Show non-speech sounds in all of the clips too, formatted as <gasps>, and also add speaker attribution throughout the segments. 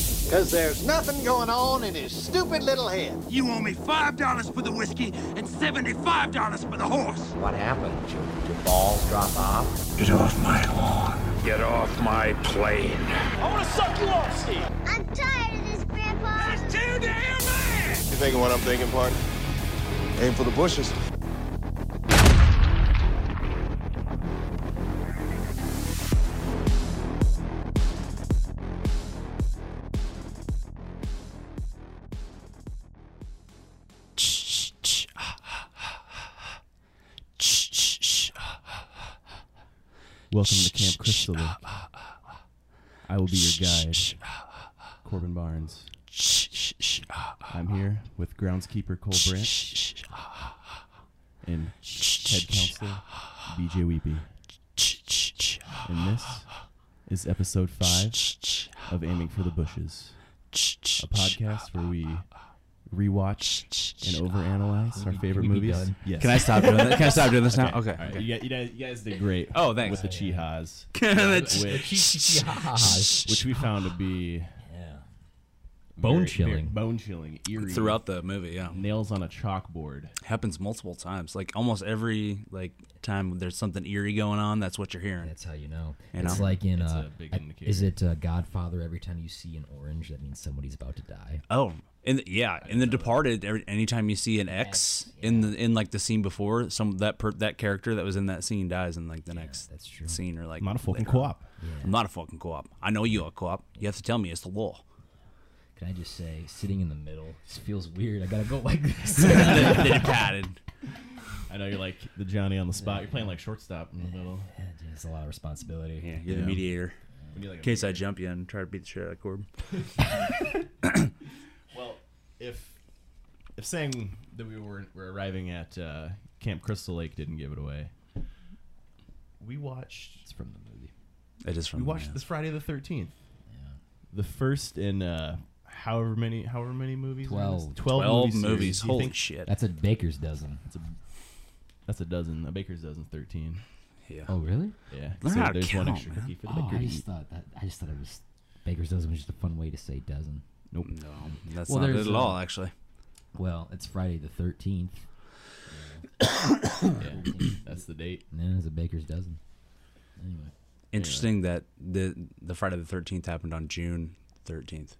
Speaker 1: Because there's nothing going on in his stupid little head.
Speaker 2: You owe me $5 for the whiskey and $75 for the horse.
Speaker 3: What happened? Did, did balls drop off?
Speaker 2: Get off my lawn. Get off my plane.
Speaker 4: I want to suck you off, Steve.
Speaker 5: I'm tired of this, Grandpa.
Speaker 2: That's too damn bad!
Speaker 6: You thinking what I'm thinking, partner? Aim for the bushes.
Speaker 7: Welcome to Camp
Speaker 8: ah,
Speaker 7: Crystalline. I will be your guide,
Speaker 8: ah,
Speaker 7: Corbin Barnes. I'm here with groundskeeper Cole Branch
Speaker 8: ah,
Speaker 7: and head counselor
Speaker 8: ah,
Speaker 7: BJ Weepy. And this
Speaker 8: ah.
Speaker 7: is episode five of Aiming for the Bushes, a
Speaker 8: ah,
Speaker 7: podcast where we rewatch and overanalyze our favorite
Speaker 8: ah. we be
Speaker 7: movies.
Speaker 8: done?
Speaker 7: Yes.
Speaker 8: Can I stop doing that? Can I stop doing this now? Okay.
Speaker 7: All right, you, guys, you guys- you guys did great.
Speaker 8: Oh, thanks.
Speaker 7: With the <laughs> Chihas,
Speaker 2: <laughs>
Speaker 8: That's-
Speaker 9: <laughs> Ah,
Speaker 7: which we found to be
Speaker 8: Bone
Speaker 7: very bone chilling, eerie,
Speaker 8: Throughout the movie, yeah.
Speaker 7: nails on a chalkboard.
Speaker 8: Happens multiple times. Like almost every like time there's something eerie going on, that's what you're hearing.
Speaker 9: That's how you know.
Speaker 8: You
Speaker 9: it's
Speaker 8: know?
Speaker 9: like in
Speaker 7: It's
Speaker 9: uh,
Speaker 7: a big
Speaker 9: I-
Speaker 7: indicator.
Speaker 9: is it uh, Godfather? Every time you see an orange, that means somebody's about to <sighs> die.
Speaker 8: Oh, in the, yeah, in the Departed, every, anytime you see an X in the in like the scene before, some that per, that character that was in that scene dies in like the next
Speaker 9: that's true.
Speaker 8: scene or like
Speaker 7: I'm not a fucking
Speaker 8: later on.
Speaker 7: co-op.
Speaker 8: I'm not a fucking co-op. I know you are co-op. You have to tell me it's the law. <laughs>
Speaker 9: Can I just say, sitting in the middle, this feels weird. I gotta go <laughs> like this.
Speaker 8: they, they padded.
Speaker 7: I know you're like the Johnny on the spot. You're playing like shortstop in the middle.
Speaker 9: it's a lot of responsibility.
Speaker 8: Yeah, you're the mediator.
Speaker 7: When you're like
Speaker 8: In
Speaker 7: a-
Speaker 8: case I jump you and try to beat the shit out of Corbin.
Speaker 7: well, if if saying that we were, were arriving at uh, Camp Crystal Lake didn't give it away, we watched. It's from the movie.
Speaker 8: It is from
Speaker 7: We
Speaker 8: the
Speaker 7: watched
Speaker 8: man.
Speaker 7: this Friday the Thirteenth. The first in uh, however many however many movies. are in this?
Speaker 9: Twelve.
Speaker 7: Twelve.
Speaker 8: Twelve
Speaker 7: movie series.
Speaker 8: movies.
Speaker 7: Do you
Speaker 8: Holy
Speaker 7: think-
Speaker 8: shit!
Speaker 9: That's a baker's dozen.
Speaker 7: That's a, that's a dozen. A baker's dozen. Thirteen.
Speaker 8: Yeah.
Speaker 9: Oh, really?
Speaker 7: Yeah.
Speaker 8: Learn
Speaker 7: so
Speaker 8: how to
Speaker 7: there's one
Speaker 8: count,
Speaker 7: extra
Speaker 8: man.
Speaker 7: cookie for the
Speaker 9: Oh,
Speaker 7: baker
Speaker 9: I
Speaker 7: to
Speaker 9: just
Speaker 7: eat.
Speaker 9: thought that, I just thought it was baker's dozen was just a fun way to say dozen.
Speaker 7: Nope.
Speaker 8: No, that's
Speaker 9: Well,
Speaker 8: not it
Speaker 9: there's,
Speaker 8: at all.
Speaker 9: uh,
Speaker 8: Actually,
Speaker 9: Well, it's Friday the thirteenth.
Speaker 7: Yeah. That's the date.
Speaker 9: And then it's a baker's dozen. Anyway,
Speaker 8: interesting that the the Friday the Thirteenth happened on June thirteenth,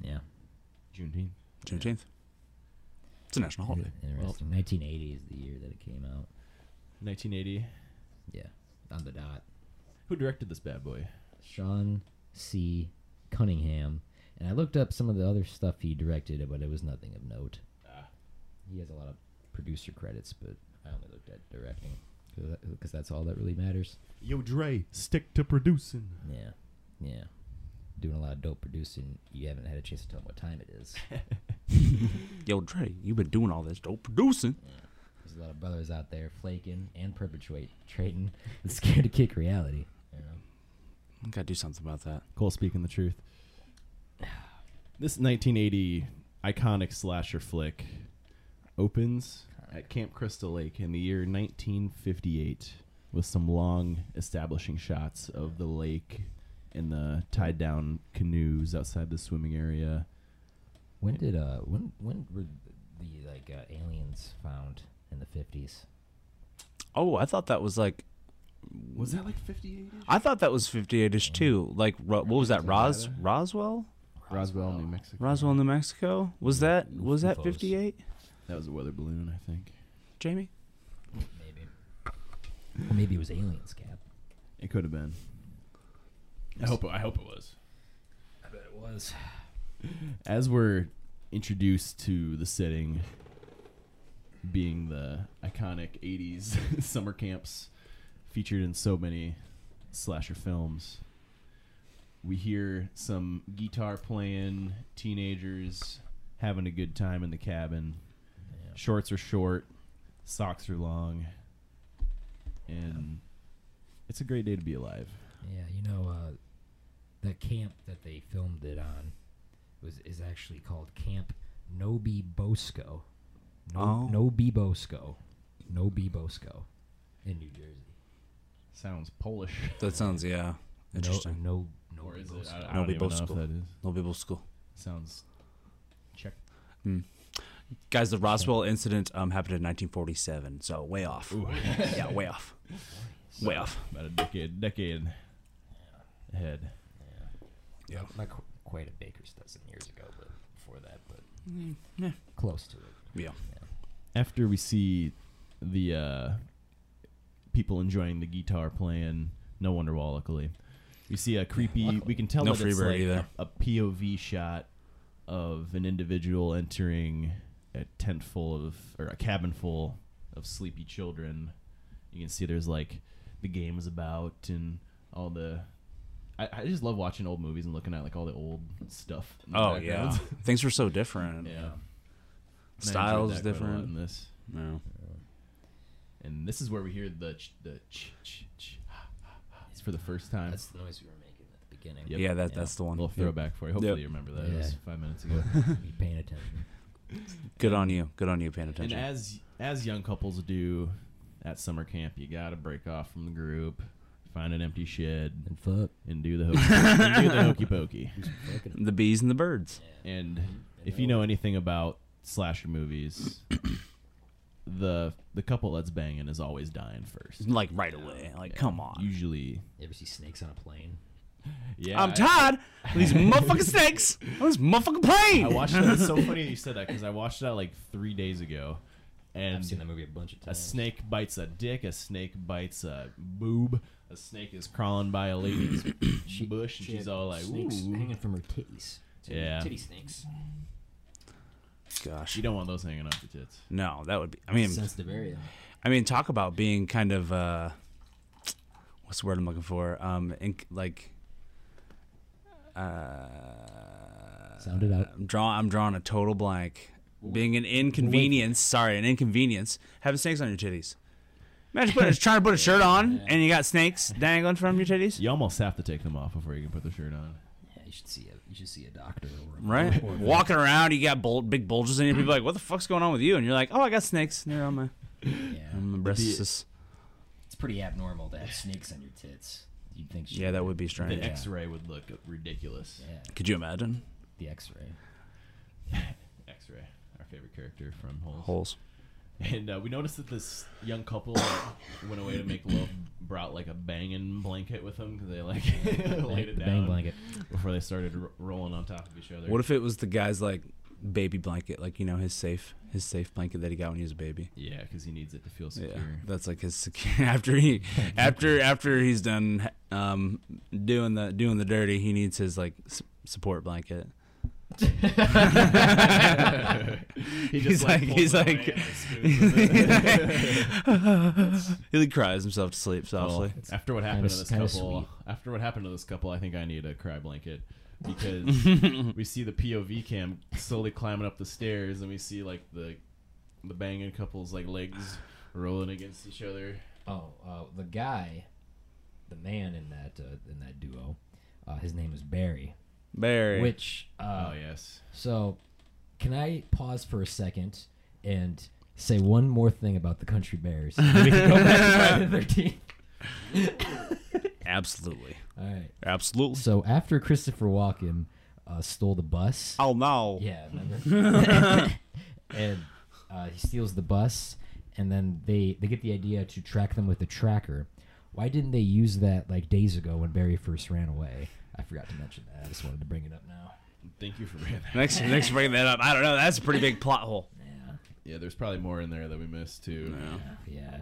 Speaker 9: yeah.
Speaker 7: Juneteenth.
Speaker 8: Juneteenth. It's a national holiday.
Speaker 9: Interesting. 1980 is the year that it came out.
Speaker 7: 1980.
Speaker 9: Yeah, on the dot.
Speaker 7: Who directed this bad boy?
Speaker 9: Sean C. Cunningham, and I looked up some of the other stuff he directed, but it was nothing of note. He has a lot of producer credits, but I only looked at directing because that's all that really matters.
Speaker 7: Yo, Dre, stick to producing.
Speaker 9: Yeah, yeah, doing a lot of dope producing. You haven't had a chance to tell him what time it is.
Speaker 8: Yo, Dre, you've been doing all this dope producing.
Speaker 9: There's a lot of brothers out there flaking and perpetuate trading, <laughs> and scared to kick reality. you know?
Speaker 8: I gotta do something about that.
Speaker 7: Cole speaking the truth. This 1980 iconic slasher flick opens at Camp Crystal Lake in the year 1958 with some long establishing shots of the lake and the tied down canoes outside the swimming area.
Speaker 9: When did uh when when were the like uh, aliens found in the 50s?
Speaker 8: Oh, I thought that was like
Speaker 7: Was that like 58?
Speaker 8: I thought that was fifty-eight-ish too. Like Ro- what was that? Ros Roswell,
Speaker 7: Roswell, New Mexico.
Speaker 8: Roswell, New Mexico. Was that was that
Speaker 9: UFOs.
Speaker 8: fifty-eight?
Speaker 7: That was a weather balloon, I think.
Speaker 8: Jamie,
Speaker 9: Maybe. Maybe it was aliens, Cap.
Speaker 7: It could have been. I hope. I hope it was.
Speaker 9: I bet it was.
Speaker 7: As we're introduced to the setting, being the iconic '80s <laughs> summer camps featured in so many slasher films, we hear some guitar playing, teenagers having a good time in the cabin. Shorts are short, socks are long, and it's a great day to be alive.
Speaker 9: Yeah, you know, uh, that camp that they filmed it on was is actually called Camp Nobi Bosco. No,
Speaker 8: Oh.
Speaker 9: Nobi Bosco. Nobi Bosco in New Jersey.
Speaker 7: Sounds Polish. <laughs>
Speaker 8: that sounds yeah. Interesting.
Speaker 9: No, no, no
Speaker 7: Is
Speaker 9: Beagles.
Speaker 7: it? I, I
Speaker 8: No
Speaker 7: don't even
Speaker 8: Beagle's
Speaker 7: know if
Speaker 8: cool.
Speaker 7: that is.
Speaker 8: No Bible school.
Speaker 7: Sounds
Speaker 9: Check.
Speaker 8: Guys, the Roswell incident um, happened in 1947, so way off. yeah, way off. Way off.
Speaker 7: about a decade, decade ahead.
Speaker 9: Not qu- quite a baker's dozen years ago, but before that, but
Speaker 8: Mm,
Speaker 9: close to it.
Speaker 8: Yeah.
Speaker 7: After we see the uh, people enjoying the guitar playing, no wonder why, luckily, we see a creepy. We can tell
Speaker 8: No
Speaker 7: that it's
Speaker 8: Freebird
Speaker 7: like
Speaker 8: either.
Speaker 7: A, a POV shot of an individual entering a tent full of or a cabin full of sleepy children. You can see there's like the game is about and all the. I, I just love watching old movies and looking at like all the old stuff. in the
Speaker 8: Oh yeah,
Speaker 7: backgrounds. <laughs>
Speaker 8: things were so different.
Speaker 7: yeah. And I enjoyed
Speaker 8: Styles
Speaker 7: that quite a lot In
Speaker 8: different.
Speaker 7: this,
Speaker 8: No.
Speaker 7: and this is where we hear the ch- the ch- ch- ch- it's for the first time.
Speaker 9: That's the noise we were making at the beginning.
Speaker 8: <laughs>
Speaker 7: Yep.
Speaker 8: Yeah, that that's the
Speaker 7: a
Speaker 8: one.
Speaker 7: little throwback for you. Hopefully
Speaker 8: Yep.
Speaker 7: you remember that. It was
Speaker 9: Yeah.
Speaker 7: five minutes ago.
Speaker 9: Be paying attention.
Speaker 8: Good on you. Good on you paying
Speaker 7: and
Speaker 8: attention.
Speaker 7: as as young couples do at summer camp, you gotta break off from the group, find an empty shed,
Speaker 9: And fuck.
Speaker 7: and do the hokey, and do the hokey pokey.
Speaker 8: the bees and the birds.
Speaker 7: And if you know anything about slasher movies, the the couple that's banging is always dying first.
Speaker 8: Like right away. Like come on.
Speaker 7: Usually,
Speaker 9: You ever see snakes on a plane?
Speaker 7: yeah.
Speaker 8: I'm
Speaker 7: I-
Speaker 8: tired of
Speaker 7: <laughs>
Speaker 8: these motherfucking snakes on this motherfucking plane.
Speaker 7: I watched that. It's so funny that you said that because I watched that like three days ago, and
Speaker 9: I've seen that movie a bunch of
Speaker 7: a
Speaker 9: times.
Speaker 7: snake bites a dick. A snake bites a boob. A snake is crawling by a lady's
Speaker 9: <clears throat>
Speaker 7: bush, and she's
Speaker 9: had
Speaker 7: all like,
Speaker 9: snakes
Speaker 7: "Ooh,
Speaker 9: hanging from her titties. Titty,
Speaker 7: Yeah.
Speaker 9: Titty snakes.
Speaker 8: Gosh.
Speaker 7: you don't want those hanging off your tits."
Speaker 8: No, that would be. I mean,
Speaker 9: Sensitive area.
Speaker 8: I mean, talk about being kind of uh, what's the word I'm looking for? Um, inc- like
Speaker 9: Sound it out.
Speaker 8: I'm drawing. I'm drawing a total blank. Being an inconvenience. Sorry, an inconvenience. Having snakes on your titties. Imagine putting, trying to put a shirt on and you got snakes dangling from your titties.
Speaker 7: You almost have to take them off before you can put the shirt on.
Speaker 9: Yeah, you should see a you should see a doctor. Or a
Speaker 8: Right, walking around, you got bul- big bulges in you. People are like, "What the fuck's going on with you?" And you're like, "Oh, I got snakes. They're on my,
Speaker 9: Yeah.
Speaker 8: on my breasts."
Speaker 9: It's pretty abnormal to have snakes on your tits. You'd think. she
Speaker 8: Yeah, that would be
Speaker 7: The
Speaker 8: strange.
Speaker 7: X-ray would look ridiculous.
Speaker 9: Yeah.
Speaker 8: Could you imagine
Speaker 9: The X-ray.
Speaker 7: X-ray, our favorite character from Holes.
Speaker 8: holes?
Speaker 7: And uh, we noticed that this young couple went away to make love, brought like a banging blanket with them because they like <laughs> laid it down.
Speaker 9: Bang blanket.
Speaker 7: before they started r- rolling on top of each other.
Speaker 8: What if it was the guy's like baby blanket, like you know his safe, his safe blanket that he got when he was a baby?
Speaker 7: yeah, because he needs it to feel
Speaker 8: Yeah,
Speaker 7: secure.
Speaker 8: that's like his secure. <laughs> After he, after after he's done um doing the doing the dirty, he needs his like s- support blanket. <laughs>
Speaker 7: He
Speaker 8: He's like,
Speaker 7: pulls
Speaker 8: he's
Speaker 7: it away
Speaker 8: like,
Speaker 7: and,
Speaker 8: <laughs>
Speaker 7: spoons it. <laughs>
Speaker 8: he like cries himself to sleep softly.
Speaker 7: after what happened
Speaker 9: kinda
Speaker 7: to
Speaker 9: s-
Speaker 7: this
Speaker 9: kinda
Speaker 7: couple,
Speaker 9: sweet.
Speaker 7: after what happened to this couple, I think I need a cry blanket
Speaker 8: <laughs>
Speaker 7: because we see the POV cam slowly climbing up the stairs, and we see like the the banging couple's like legs rolling against each other.
Speaker 9: Oh, uh, the guy, the man in that uh, in that duo, uh, his name is Barry.
Speaker 8: Barry,
Speaker 9: Which uh,
Speaker 7: Oh yes,
Speaker 9: so, can I pause for a second and say one more thing about the Country Bears? And then we can go back to Friday the 13th.
Speaker 8: absolutely,
Speaker 9: All right.
Speaker 8: absolutely.
Speaker 9: So after Christopher Walken uh, stole the bus,
Speaker 8: Oh no!
Speaker 9: Yeah, remember? <laughs> and uh, he steals the bus, and then they they get the idea to track them with a tracker. Why didn't they use that like days ago when Barry first ran away? I forgot to mention that. I just wanted to bring it up now.
Speaker 7: thank you for bringing that.
Speaker 8: Next, next, bring that up. I don't know. That's a pretty big plot hole.
Speaker 7: Yeah, there's probably more in there that we missed too.
Speaker 9: Yeah,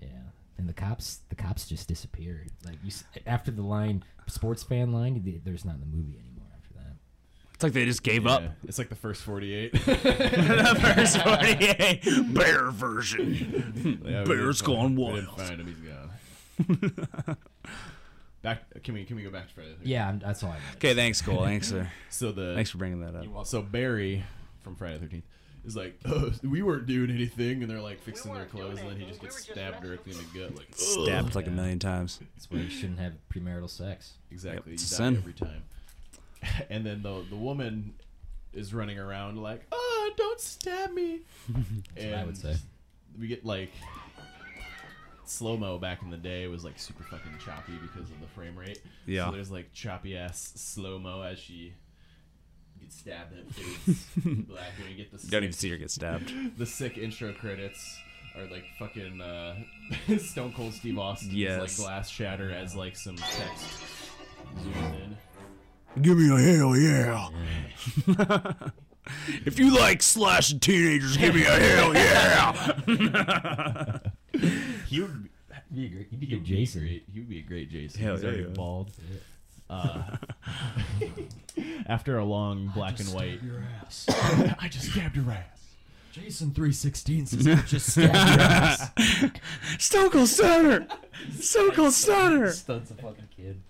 Speaker 9: yeah. And the cops, the cops just disappeared. Like you, s- after the line, sports fan line, they- they're just not in the movie anymore after that.
Speaker 8: It's like they just gave
Speaker 7: Yeah,
Speaker 8: up.
Speaker 7: it's like the first
Speaker 8: <laughs>
Speaker 7: 48.
Speaker 8: the first 48 bear version.
Speaker 7: Yeah, we
Speaker 8: Bear's
Speaker 7: did
Speaker 8: gone
Speaker 7: find- we did
Speaker 8: wild.
Speaker 7: find him, he's gone.
Speaker 8: <laughs>
Speaker 7: back, can we can we go back to Friday? the 13th?
Speaker 9: Yeah, I'm, that's all I. Meant.
Speaker 8: Okay, thanks, Cole. Thanks, sir.
Speaker 7: So the
Speaker 8: Thanks for bringing that up.
Speaker 7: well, so Barry from Friday the Thirteenth is like, <laughs> oh, we weren't doing anything, and they're like fixing their clothes, and then he just gets stabbed directly in the gut, like "Ugh."
Speaker 8: Stabbed like a million times.
Speaker 9: That's where you shouldn't have premarital sex.
Speaker 7: exactly.
Speaker 8: it's
Speaker 7: you
Speaker 8: a
Speaker 7: die
Speaker 8: sin.
Speaker 7: every time. <laughs> And then the the woman is running around like, oh,
Speaker 8: <laughs>
Speaker 7: don't stab me. and
Speaker 9: I would say.
Speaker 7: we get like slow mo back in the day was like super fucking choppy because of the frame rate.
Speaker 8: Yeah.
Speaker 7: So there's like choppy ass slow mo as she gets
Speaker 8: <laughs>
Speaker 7: stabbed and it fades to black and we get the
Speaker 8: You
Speaker 7: sick,
Speaker 8: don't even see her get stabbed.
Speaker 7: the sick intro credits are like fucking uh, <laughs> Stone Cold Steve Austin's
Speaker 8: Yes.
Speaker 7: like glass shatter as like some text zooms in.
Speaker 8: Give me a hell yeah. <laughs> if you like slashing teenagers, give me a hell yeah.
Speaker 7: He would
Speaker 9: You'd be a great, you'd be
Speaker 7: he
Speaker 9: a
Speaker 7: would be
Speaker 9: good Jason.
Speaker 7: great. He would be a great Jason.
Speaker 8: Hell
Speaker 7: He's already
Speaker 8: yeah.
Speaker 7: bald. Uh, <laughs> after a long black and white,
Speaker 9: <laughs>
Speaker 7: I just stabbed your ass.
Speaker 9: Jason
Speaker 7: <laughs>
Speaker 9: 316 says just stabbed your ass.
Speaker 8: <laughs> Stone Cold Stunner. Stone Cold Stunner.
Speaker 9: Stuns a fucking kid.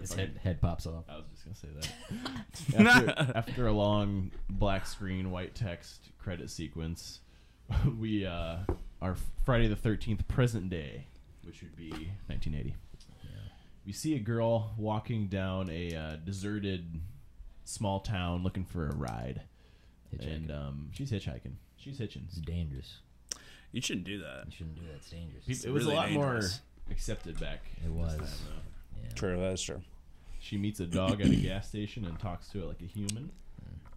Speaker 9: His head, head pops off.
Speaker 7: I was just gonna say
Speaker 9: <laughs>
Speaker 7: that. After, after a long black screen, white text credit sequence, <laughs> we uh, are Friday the Thirteenth present day, which would be 1980. We see a girl walking down a uh, deserted small town looking for a ride, and
Speaker 9: Hitchhiking.
Speaker 7: um, she's hitchhiking. She's hitching.
Speaker 9: It's dangerous.
Speaker 8: You shouldn't do that.
Speaker 9: You shouldn't do that. It's dangerous.
Speaker 7: It was
Speaker 8: really
Speaker 7: a lot
Speaker 8: dangerous.
Speaker 7: more accepted back.
Speaker 9: it was.
Speaker 8: True, that is true.
Speaker 7: She meets a dog at a gas station and talks to it like a human.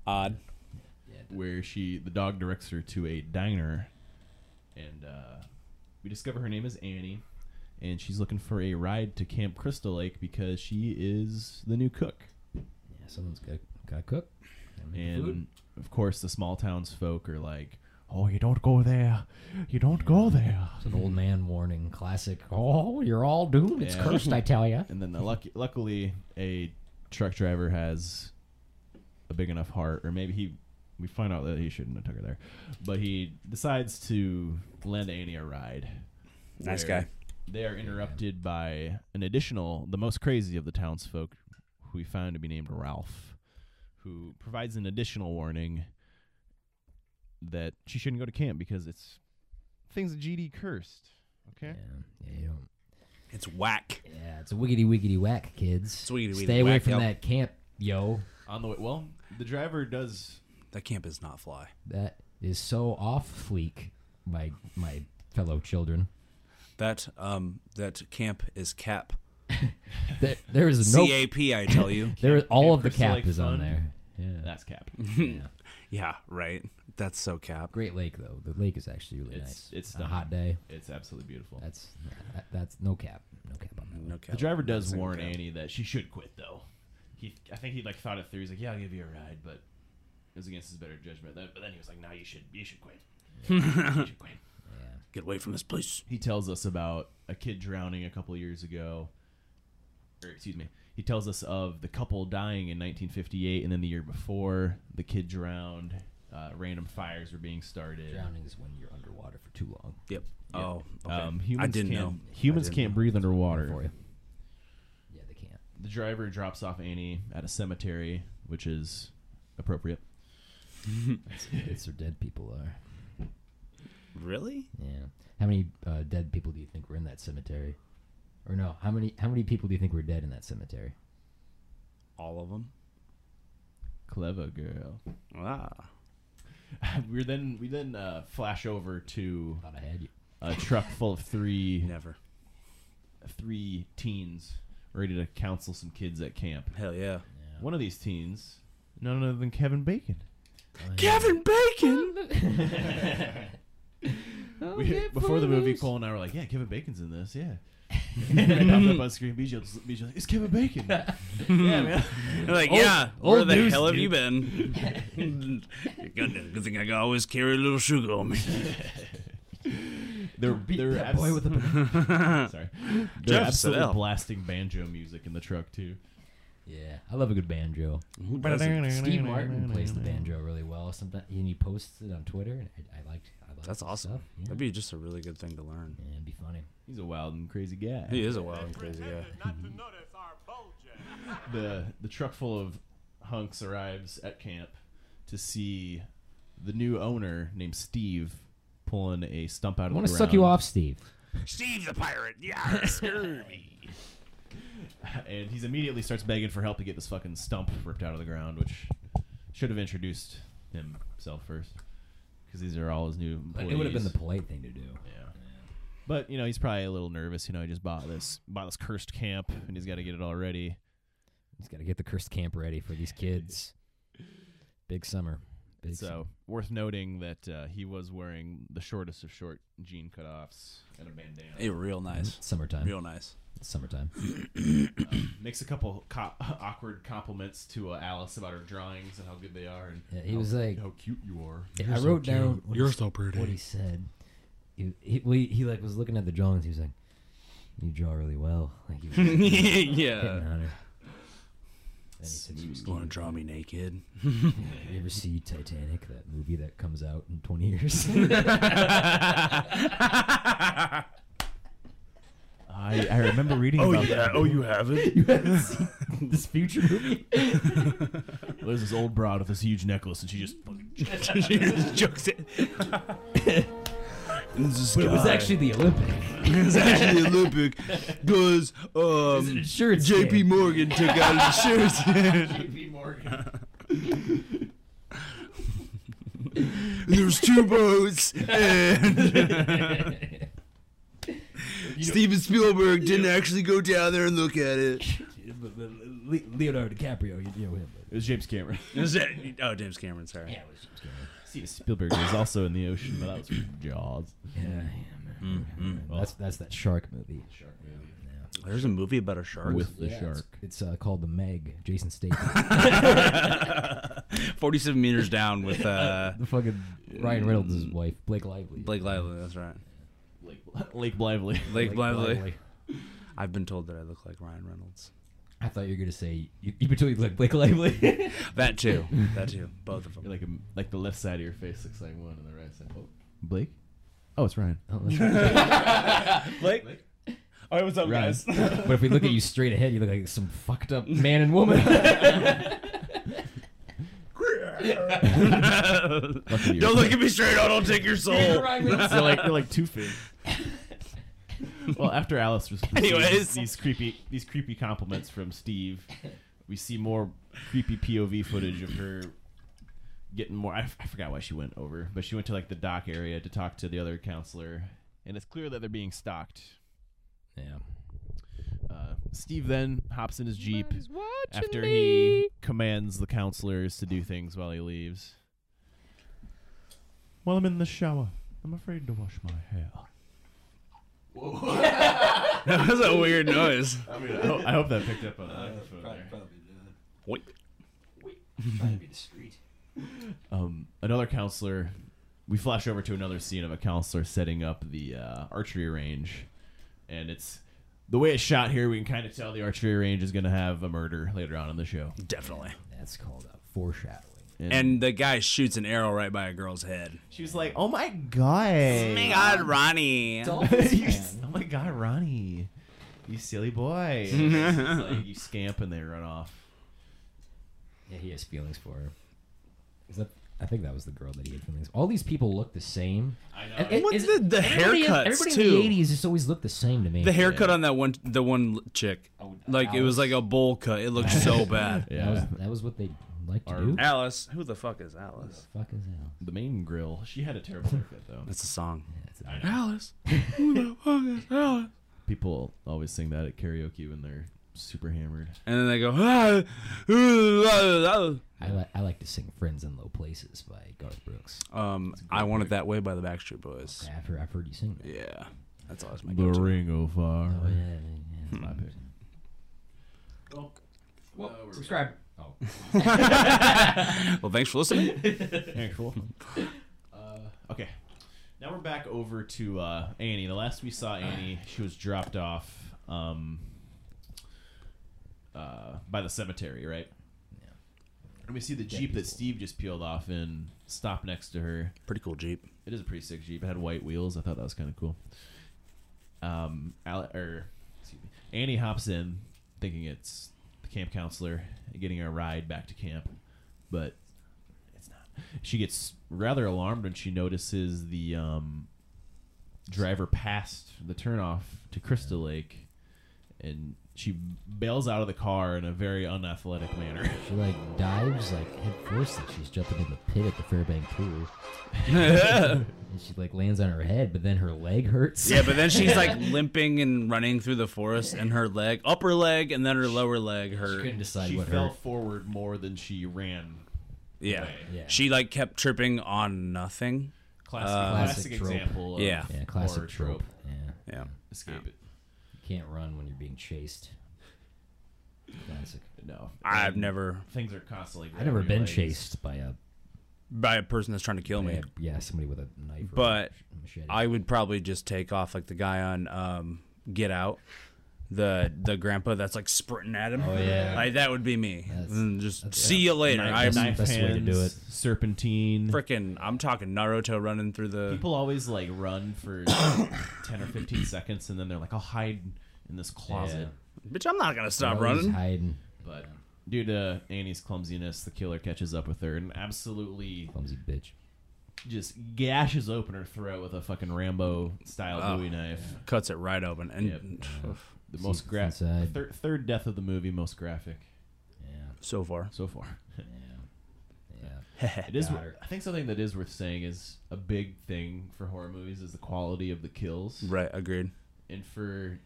Speaker 8: Odd.
Speaker 7: where she the dog directs her to a diner and uh, we discover her name is annie and she's looking for a ride to camp crystal lake because she is the new cook
Speaker 9: Yeah, someone's got got to cook. Gotta make the food.
Speaker 7: and of course the small towns folk are like oh you don't go there you don't go there
Speaker 9: It's an old man warning, classic. Oh, you're all doomed. It's
Speaker 7: Mm-hmm. Yeah.
Speaker 9: cursed, I
Speaker 7: <laughs>
Speaker 9: tell ya.
Speaker 7: and then the lucky, luckily a truck driver has a big enough heart or maybe he we find out that he shouldn't have took her there but he decides to lend annie a ride
Speaker 8: Nice
Speaker 7: where
Speaker 8: guy.
Speaker 7: They are interrupted by an additional, the most crazy of the townsfolk, who we found to be named Ralph, who provides an additional warning that she shouldn't go to camp because it's things that GD cursed. Okay?
Speaker 9: Yeah, yeah, you don't-
Speaker 8: It's whack.
Speaker 9: yeah, it's a wiggity wiggity whack, kids.
Speaker 8: wiggity wiggity
Speaker 9: Stay away
Speaker 8: whack,
Speaker 9: from
Speaker 8: yep.
Speaker 9: that camp, yo.
Speaker 7: On the way, well, the driver does.
Speaker 8: That camp is not fly.
Speaker 9: That is so off fleek, my my fellow children.
Speaker 8: That um that camp is cap.
Speaker 9: That there
Speaker 7: <laughs>
Speaker 9: is no
Speaker 8: C A P I tell you.
Speaker 9: there is, all of the
Speaker 7: Crystal
Speaker 9: cap
Speaker 7: Lake
Speaker 9: is on
Speaker 7: Fun.
Speaker 9: there. Yeah.
Speaker 7: That's cap.
Speaker 8: yeah, right. That's so cap.
Speaker 9: Great Lake though. The lake is actually really
Speaker 7: It's-
Speaker 9: nice.
Speaker 7: it's
Speaker 9: on a
Speaker 7: not-
Speaker 9: hot day.
Speaker 7: It's absolutely beautiful.
Speaker 9: That's that, that's no cap. No cap on that.
Speaker 8: No cap.
Speaker 7: the driver does
Speaker 8: Single
Speaker 7: warn
Speaker 8: cap.
Speaker 7: Annie that she should quit, though. He, I think he like thought it through. He's like, "Yeah, I'll give you a ride," but it was against his better judgment. Then- But then he was like, "No, you should, you should quit. you should quit."
Speaker 8: Get away from this place.
Speaker 7: he tells us about a kid drowning a couple of years ago. Or excuse me. He tells us of the couple dying in 1958, and then the year before, the kid drowned. Uh, random fires were being started.
Speaker 9: Drowning is when you're underwater for too long.
Speaker 8: Yep. Oh, okay.
Speaker 7: Um, humans
Speaker 8: I didn't
Speaker 7: can't,
Speaker 8: know. I
Speaker 7: Humans
Speaker 8: didn't
Speaker 7: can't breathe
Speaker 9: For
Speaker 7: underwater.
Speaker 9: you. Yeah, they can't.
Speaker 7: The driver drops off Annie at a cemetery, which is appropriate.
Speaker 9: It's where dead people are.
Speaker 8: Really?
Speaker 9: Yeah. How many uh, dead people do you think were in that cemetery? Or no, how many how many people do you think were dead in that cemetery?
Speaker 8: All of them?
Speaker 7: Clever girl.
Speaker 8: Ah.
Speaker 7: We're then <laughs> we then uh, flash over to
Speaker 9: Thought I had you.
Speaker 7: a truck full of three
Speaker 8: Never.
Speaker 7: three teens ready to counsel some kids at camp.
Speaker 8: Hell yeah.
Speaker 7: One of these teens, none other than Kevin Bacon.
Speaker 8: Kevin Bacon.
Speaker 7: We- before the movie, Cole and I were like, "Yeah, Kevin Bacon's in this." Yeah. <laughs> and it popped up on screen. BJ, was- BJ was like, "It's Kevin <laughs> Bacon." <laughs> yeah, man.
Speaker 8: Hmm. <laughs> like, yeah. Where
Speaker 9: old
Speaker 8: the
Speaker 9: news,
Speaker 8: hell have you
Speaker 9: <laughs>
Speaker 8: been? good, good thing I always carry a little sugar on
Speaker 9: <laughs>
Speaker 8: me.
Speaker 7: They're they're abs- <laughs>
Speaker 9: boy with the
Speaker 7: sorry. They're
Speaker 8: Jeff
Speaker 7: absolutely
Speaker 8: Sedell.
Speaker 7: blasting banjo music in the truck too.
Speaker 9: Yeah, I love a good banjo. Steve Martin plays the banjo really well. Sometimes and he posts it on Twitter, and I, I liked. I liked
Speaker 8: That's
Speaker 9: his
Speaker 8: awesome.
Speaker 9: Stuff. Yeah.
Speaker 8: That'd be just a really good thing to learn.
Speaker 9: Yeah, it'd be funny.
Speaker 7: He's a wild and crazy guy.
Speaker 8: He is a wild and crazy guy.
Speaker 7: the the truck full of hunks arrives at camp to see the new owner named Steve pulling a stump out of
Speaker 9: I want
Speaker 7: the
Speaker 9: to
Speaker 7: ground.
Speaker 9: suck you off, Steve.
Speaker 8: Steve the pirate. Yeah, screw me.
Speaker 7: and he's immediately starts begging for help to get this fucking stump ripped out of the ground, which should have introduced himself first, because these are all his new employees.
Speaker 9: It would have been the polite thing to do.
Speaker 7: yeah. But you know, he's probably a little nervous. You know, he just bought this bought this cursed camp, and he's got to get it all ready.
Speaker 9: He's got to get the cursed camp ready for these kids. Big summer. Big summer.
Speaker 7: So worth noting that uh, he was wearing the shortest of short jean cutoffs and a bandana.
Speaker 8: Hey, real nice.
Speaker 9: summertime.
Speaker 8: Real <laughs> nice.
Speaker 9: Summertime.
Speaker 7: Makes a couple co- <laughs> awkward compliments to uh, Alice about her drawings and how good they are, and
Speaker 9: Yeah, he was like,
Speaker 7: how cute you are.
Speaker 9: I wrote down. What You're so pretty. What he said. He, he, well, he, he like was looking at the drawings. He was like, "You draw really well." Like he was hitting
Speaker 8: yeah.
Speaker 9: on her. And he said, she was
Speaker 8: You want to draw me naked?
Speaker 9: You ever see Titanic, that movie that comes out in 20 years?
Speaker 7: I, I remember reading. oh about yeah. Oh, you
Speaker 9: <laughs>
Speaker 7: haven't. You haven't seen this future movie. There's this old broad with this huge necklace, and she just.
Speaker 9: <laughs>
Speaker 8: she just <laughs> jokes it.
Speaker 9: but it was actually the Olympic.
Speaker 8: It's actually
Speaker 9: <laughs>
Speaker 8: the Olympic because um,
Speaker 9: Insurance
Speaker 8: JP
Speaker 9: scam.
Speaker 8: Morgan took out <laughs> insurance.
Speaker 7: JP Morgan.
Speaker 8: There's <laughs> two boats, <laughs> and Steven Spielberg didn't actually go down there and look at it.
Speaker 9: Le- Leonardo DiCaprio, you know him. but-
Speaker 7: It was James Cameron.
Speaker 8: Oh, James Cameron, sorry.
Speaker 9: Yeah, it was James Cameron.
Speaker 7: Steven Spielberg was also in the ocean, but that was from Jaws. Mm.
Speaker 9: Yeah, yeah, man.
Speaker 8: Mm.
Speaker 9: That's, that's that shark movie. Shark movie.
Speaker 8: There's a movie about a shark. <laughs>
Speaker 7: With the
Speaker 9: it's-
Speaker 7: shark.
Speaker 9: It's, uh, called The Meg, Jason Statham.
Speaker 8: 47 meters down with <laughs> uh,
Speaker 9: the fucking Ryan Reynolds' wife, Blake Lively.
Speaker 8: Mm. Blake Lively. That's right.
Speaker 7: Lake, <laughs> Lake
Speaker 9: <laughs>
Speaker 7: Blively.
Speaker 8: Blake, Lively. I've been told that I look like Ryan Reynolds.
Speaker 9: I thought you were going to say, you, you between you like
Speaker 8: <laughs>
Speaker 9: Blake Lively. <laughs>
Speaker 8: That too. That too. Both of them.
Speaker 7: You're like a, like the left side of your face looks like one, and the right side. Oh, Blake. Oh, it's Ryan.
Speaker 9: Oh, that's
Speaker 7: <laughs>
Speaker 9: right.
Speaker 8: Blake? Oh, what's up,
Speaker 7: Ryan.
Speaker 9: but if we look at you straight ahead, you look like some fucked up man
Speaker 8: <laughs>
Speaker 9: and woman. <laughs>
Speaker 7: <laughs> Luckily you're-
Speaker 8: Don't look at me straight on. I'll take your soul.
Speaker 7: You're like you're like two feet. <laughs> well, after Alice was
Speaker 8: Anyways.
Speaker 7: these creepy these creepy compliments from Steve, we see more creepy POV footage of her getting more. I, f- I forgot why she went over, but she went to like the dock area to talk to the other counselor, and it's clear that they're being stalked.
Speaker 9: yeah.
Speaker 7: Uh, Steve then hops in his jeep after he commands the counselors to do things while he leaves. While I'm in the shower, I'm afraid to wash my hair.
Speaker 8: <laughs> That was a weird noise.
Speaker 7: I hope, Oh, I hope that picked up on the
Speaker 9: Uh,
Speaker 7: microphone there.
Speaker 8: Wait.
Speaker 7: Um, another counselor. We flash over to another scene of a counselor setting up the uh, archery range, and it's the way it's shot here. We can kind of tell the archery range is going to have a murder later on in the show.
Speaker 8: Definitely.
Speaker 9: That's called a foreshadowing. <laughs>
Speaker 8: And the guy shoots an arrow right by a girl's head.
Speaker 7: she was like, "Oh my god,
Speaker 8: my god, Ronnie.
Speaker 7: You s- <laughs> oh my god, Ronnie, you silly boy!" And it's just like, you scamp and they run off.
Speaker 9: <laughs> Yeah, he has feelings for her. Is that? I think that was the girl that he had feelings. All these people look the same. I know.
Speaker 8: What's the- the haircuts,
Speaker 9: everybody in
Speaker 8: too?
Speaker 9: the '80s just always looked the same to me.
Speaker 8: The haircut on that one, the one chick, like it was like a bowl cut. It looked <laughs> so bad.
Speaker 9: That was, that was what they like to do.
Speaker 8: Alice, who the fuck is Alice?
Speaker 9: Fuck is hell.
Speaker 7: The main grill. She had a terrible haircut though.
Speaker 8: That's a song.
Speaker 9: That's it.
Speaker 8: Alice, <laughs> who the fuck is Alice?
Speaker 7: People always sing that at karaoke when they're super hammered.
Speaker 8: And then they go, ah, ooh, ah,
Speaker 9: I, li- I like to sing "Friends in Low Places" by Garth Brooks.
Speaker 8: ah. <laughs> um, I want it that way by the Backstreet Boys.
Speaker 9: I've heard, I've heard you sing that.
Speaker 8: Yeah, that's always my
Speaker 7: The
Speaker 8: go-to.
Speaker 7: Ring of Fire.
Speaker 9: Oh yeah, yeah, yeah.
Speaker 7: My
Speaker 8: Hmm.
Speaker 7: pick.
Speaker 9: subscribe. Oh,
Speaker 8: Well, thanks for listening.
Speaker 7: Uh, Okay. Now we're back over to uh, Annie. The last we saw Annie, she was dropped off um, uh, by the cemetery, right?
Speaker 9: Yeah.
Speaker 7: And we see the jeep that Steve just peeled off and stop next to her.
Speaker 8: <laughs> Pretty cool Jeep.
Speaker 7: It is a pretty sick Jeep. It had white wheels. I thought that was kind of cool. Um, Ale- or excuse me, Annie hops in, thinking it's the camp counselor getting a ride back to camp, but it's not. She gets rather alarmed when she notices the um, driver passed the turnoff to Crystal Lake, and She bails out of the car in a very unathletic manner.
Speaker 9: She like dives like head first, and she's jumping in the pit at the Fairbank
Speaker 8: <laughs>
Speaker 9: pool, and she like lands on her head, but then her leg hurts.
Speaker 8: Yeah, but then she's <laughs> like limping and running through the forest, and her leg, upper leg, and then her lower leg
Speaker 9: <laughs> she couldn't
Speaker 8: hurt.
Speaker 7: <laughs>
Speaker 9: decide
Speaker 7: she
Speaker 9: what
Speaker 7: fell
Speaker 9: hurt.
Speaker 7: forward more than she ran.
Speaker 8: Yeah.
Speaker 9: Yeah.
Speaker 8: She like kept tripping on nothing.
Speaker 7: Classic,
Speaker 9: Classic
Speaker 7: classic,
Speaker 9: trope.
Speaker 7: example. Of
Speaker 8: Yeah.
Speaker 9: Uh, Yeah, classic
Speaker 7: horror
Speaker 9: trope. Yeah,
Speaker 8: Yeah.
Speaker 7: Escape it.
Speaker 9: you can't run when you're being chased. Classic.
Speaker 7: No,
Speaker 8: I've never
Speaker 7: Things are constantly.
Speaker 9: I've never
Speaker 7: grabbing your
Speaker 9: been
Speaker 7: legs.
Speaker 9: chased by a
Speaker 8: by a person that's trying to kill
Speaker 9: by
Speaker 8: me.
Speaker 9: a- yeah somebody with a knife. or
Speaker 8: But
Speaker 9: a machete.
Speaker 8: I would probably just take off like the guy on um, Get Out, the the grandpa that's like sprinting at him. Oh
Speaker 9: yeah.
Speaker 8: like that would be me.
Speaker 9: That's-
Speaker 8: and just see you later.
Speaker 7: Knife,
Speaker 8: I'm
Speaker 7: knife
Speaker 9: Best way to do
Speaker 7: hands, Serpentine.
Speaker 8: freaking. I'm talking Naruto running through the.
Speaker 7: People always like run for ten or fifteen seconds, and then they're like, "I'll hide in this closet."
Speaker 8: Bitch, I'm not gonna stop
Speaker 9: Always
Speaker 8: running.
Speaker 9: hiding.
Speaker 7: But due to Annie's clumsiness, the killer catches up with her and absolutely
Speaker 9: Clumsy bitch.
Speaker 7: just gashes open her throat with a fucking Rambo style Bowie knife.
Speaker 8: Cuts it right open, and
Speaker 7: The most
Speaker 9: what's
Speaker 7: gra-
Speaker 9: inside.
Speaker 7: thir- third death of the movie, most graphic
Speaker 9: Yeah,
Speaker 8: so far,
Speaker 7: so far.
Speaker 9: yeah.
Speaker 7: It is.
Speaker 9: Got her.
Speaker 7: I think something that is worth saying is a big thing for horror movies is the quality of the kills,
Speaker 8: right, agreed.
Speaker 7: and for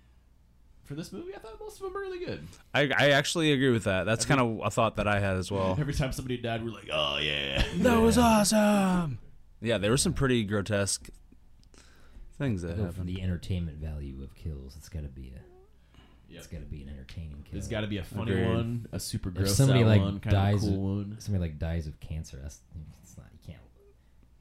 Speaker 7: for this movie, I thought most of them were really good.
Speaker 8: I, I actually agree with that. That's kind of a thought that I had as well.
Speaker 7: Every time somebody died, we're like, oh yeah.
Speaker 8: <laughs> That was awesome. Yeah, there were some pretty grotesque things that
Speaker 9: Go for
Speaker 8: happened.
Speaker 9: the entertainment value of kills. It's got to be a. It's got to be an entertaining kill.
Speaker 7: There's got to be a funny
Speaker 8: Agreed.
Speaker 7: one, a super
Speaker 9: if
Speaker 7: gross
Speaker 9: somebody
Speaker 7: out
Speaker 9: like
Speaker 7: one, kind
Speaker 9: dies,
Speaker 7: of cool one.
Speaker 9: somebody like dies of cancer. That's it's not you can't.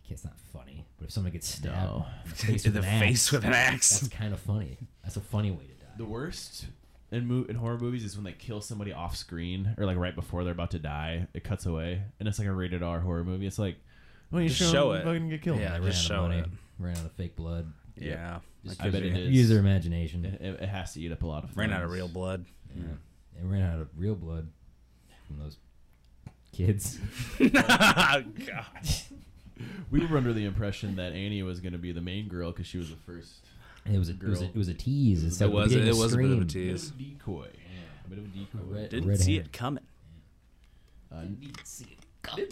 Speaker 9: It's not funny, but if somebody gets stabbed
Speaker 7: No.
Speaker 8: <laughs>
Speaker 9: in the face,
Speaker 8: In
Speaker 9: with,
Speaker 8: the
Speaker 9: an axe,
Speaker 8: <laughs> face with an axe.
Speaker 9: that's kind of funny. That's a funny way to die.
Speaker 7: The worst in mo- in horror movies is when they kill somebody off screen or like right before they're about to die. It cuts away, and it's like a rated R horror movie. It's like, well, you
Speaker 8: Just
Speaker 7: show,
Speaker 8: show
Speaker 7: them
Speaker 8: it.
Speaker 7: fucking get killed.
Speaker 8: Yeah,
Speaker 9: I
Speaker 8: just
Speaker 9: ran out
Speaker 8: show
Speaker 9: of money,
Speaker 8: it.
Speaker 9: ran out of fake blood.
Speaker 8: <laughs> Yeah,
Speaker 9: Just
Speaker 7: I bet
Speaker 9: use
Speaker 7: it
Speaker 9: their-
Speaker 7: is.
Speaker 9: Use their imagination.
Speaker 7: It, it it has to eat up a lot of.
Speaker 8: ran out of
Speaker 7: funds.
Speaker 8: real
Speaker 9: <laughs>
Speaker 8: blood. <laughs>
Speaker 9: It ran out of real blood from those kids.
Speaker 8: God.
Speaker 7: We were under the impression that Annie was going to be the main girl because she was the first
Speaker 9: And it was a, it was a,
Speaker 7: Girl.
Speaker 9: it was a tease. It's
Speaker 8: It
Speaker 9: like the
Speaker 8: was
Speaker 9: beginning
Speaker 8: it
Speaker 9: of
Speaker 8: was a bit of a
Speaker 9: Scream.
Speaker 7: bit
Speaker 8: tease.
Speaker 7: of a decoy. A bit of a decoy.
Speaker 9: Red-
Speaker 8: Didn't
Speaker 9: red
Speaker 8: see
Speaker 9: herring.
Speaker 8: it coming.
Speaker 7: Uh, Didn't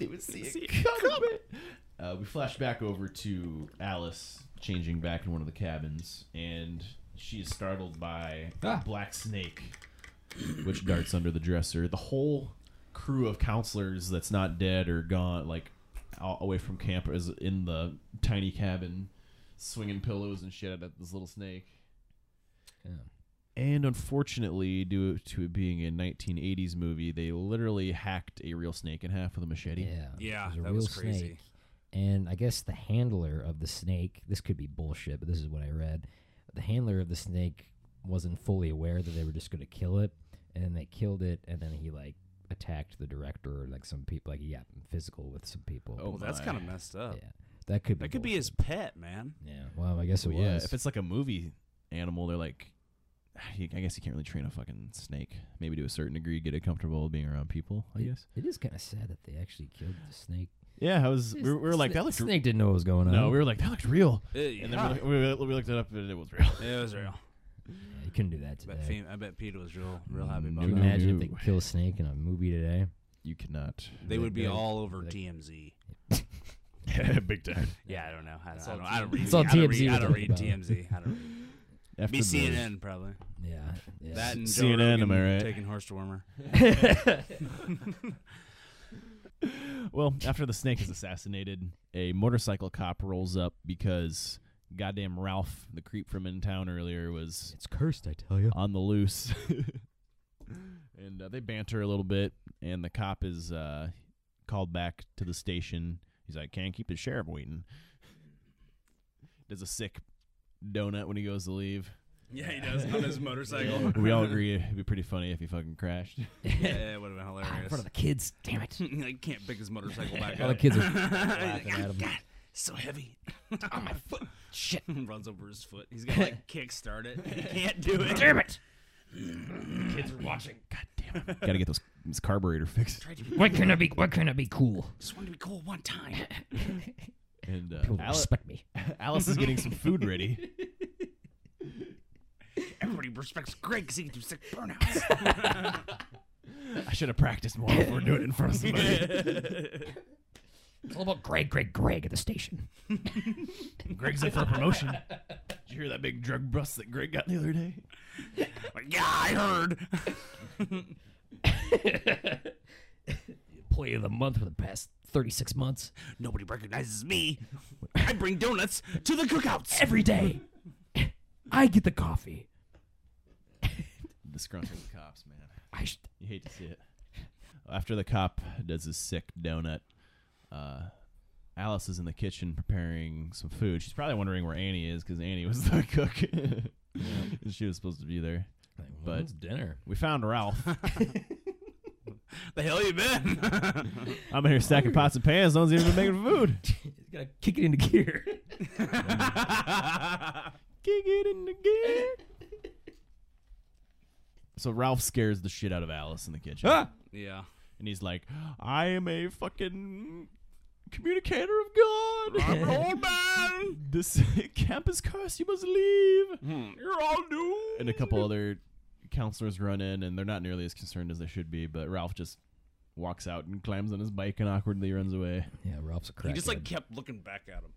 Speaker 7: even see it coming. Uh, we flash back over to Alice changing back in one of the cabins, and she is startled by
Speaker 9: Ah.
Speaker 7: a black snake, which darts under the dresser. The whole crew of counselors that's not dead or gone, like all, away from camp, is in the tiny cabin, swinging pillows and shit at this little snake.
Speaker 9: Yeah.
Speaker 7: And unfortunately, due to it being a 1980s movie, they literally hacked a real snake in half with a machete.
Speaker 9: Yeah.
Speaker 8: Yeah,
Speaker 9: it
Speaker 8: that was crazy.
Speaker 9: And I guess the handler of the snake, this could be bullshit, but this is what I read. The handler of the snake wasn't fully aware that they were just going to kill it, and then they killed it, and then he like attacked the director or like some people, like he got physical with some people.
Speaker 7: Oh,
Speaker 8: Well, that's
Speaker 7: my.
Speaker 8: kind of messed up.
Speaker 9: yeah, that could be
Speaker 8: That could be his
Speaker 9: bullshit.
Speaker 8: pet, man.
Speaker 9: Yeah, well, I guess it
Speaker 7: So
Speaker 9: was.
Speaker 7: yeah, if it's like a movie animal, they're like, I guess you can't really train a fucking snake. Maybe to a certain degree, get it comfortable being around people. I
Speaker 9: It-
Speaker 7: guess.
Speaker 9: it is kind of sad that they actually killed the snake.
Speaker 7: Yeah, I was. We were, we were like,
Speaker 9: Sna-
Speaker 7: that looked.
Speaker 9: snake didn't know what was going on.
Speaker 7: No, we were like, that looked real.
Speaker 8: Uh,
Speaker 7: And
Speaker 8: yeah.
Speaker 7: then we, look- we, we looked it up, and it was real.
Speaker 8: It was real.
Speaker 9: Yeah, you couldn't do that
Speaker 8: I bet,
Speaker 9: today.
Speaker 8: Fe- I bet Peter was real, real happy about
Speaker 9: Can you
Speaker 7: Mm, No,
Speaker 8: that.
Speaker 9: imagine if they
Speaker 7: no.
Speaker 9: kill a snake in a movie today?
Speaker 7: You cannot.
Speaker 8: They would be
Speaker 9: Like,
Speaker 8: all over TMZ.
Speaker 7: <laughs> Big time.
Speaker 8: Yeah, I don't know. I don't, I don't, I don't read.
Speaker 9: It's all
Speaker 8: I don't
Speaker 9: TMZ
Speaker 8: read, I
Speaker 9: we're
Speaker 8: don't read
Speaker 9: talking
Speaker 8: TMZ. I don't read.
Speaker 7: After
Speaker 8: Be CNN probably.
Speaker 9: Yeah, yeah.
Speaker 8: That and Joe
Speaker 7: CNN,
Speaker 8: Rogan
Speaker 7: am I right?
Speaker 8: Taking horse to warmer.
Speaker 7: The, well, after the snake is assassinated, a motorcycle cop rolls up because goddamn Ralph, the creep from in town earlier, was
Speaker 9: it's cursed, I
Speaker 7: <laughs>
Speaker 9: tell you.
Speaker 7: on the loose. and uh, they banter a little bit, and the cop is uh, called back to the station. He's like, can't keep the sheriff waiting. Does a sick donut when he goes to leave.
Speaker 8: <laughs> Yeah, he does on his motorcycle.
Speaker 7: We all agree it'd be pretty funny if he fucking crashed.
Speaker 8: yeah, it would have been
Speaker 9: Ah, in
Speaker 8: hilarious.
Speaker 9: front of the kids.
Speaker 8: <laughs>
Speaker 9: Damn it!
Speaker 8: I can't pick his motorcycle back
Speaker 9: All the
Speaker 8: up. <laughs>
Speaker 9: kids are <laughs> laughing at him.
Speaker 8: so heavy. On my <laughs> foot. Shit. Runs over his foot. He's gonna like kickstart it. He can't do it. Damn it.
Speaker 7: Kids are watching. God damn it. <laughs> Gotta get those this carburetor fixed.
Speaker 9: Why can't I be? Why can't I be cool?
Speaker 8: Just wanted to be cool one time.
Speaker 7: And uh,
Speaker 9: People
Speaker 7: Ale-
Speaker 9: respect me.
Speaker 7: Alice is getting some food ready.
Speaker 8: Everybody respects Greg because he can do sick burnouts.
Speaker 7: <laughs> I should have practiced more before doing it in front of <laughs> somebody.
Speaker 10: It's all about Greg, Greg, Greg at the station.
Speaker 7: Greg's up for a promotion. Did you hear that big drug bust that Greg got the other day?
Speaker 8: <laughs> Like, yeah, I heard. <laughs>
Speaker 10: Employee of the month for the past 36 months.
Speaker 8: Nobody recognizes me. I bring donuts to the cookouts.
Speaker 10: Every day. <laughs> I get the coffee.
Speaker 7: Disgruntled cops, man.
Speaker 10: I sh-
Speaker 7: You hate to see it. After the cop does his sick donut, uh, Alice is in the kitchen preparing some food. She's probably wondering where Annie is because Annie was the <laughs> cook. And She was supposed to be there. But-
Speaker 9: it's dinner.
Speaker 7: We found Ralph.
Speaker 8: The hell you been?
Speaker 7: <laughs> I'm in here stacking pots and pans. No one's even been making <laughs> food.
Speaker 10: He's got to kick it into gear. <laughs>
Speaker 7: Kick it in the gear. So Ralph scares the shit out of Alice in the kitchen.
Speaker 8: <laughs> yeah.
Speaker 7: And he's like, I am a fucking communicator of God. <laughs>
Speaker 8: Old man,
Speaker 7: this <laughs> campus curse, you must leave.
Speaker 8: you're all doomed.
Speaker 7: And a couple other counselors run in, and they're not nearly as concerned as they should be. But Ralph just walks out and climbs on his bike and awkwardly runs away.
Speaker 9: Yeah, Ralph's a crackhead.
Speaker 8: He just like kept looking back at him,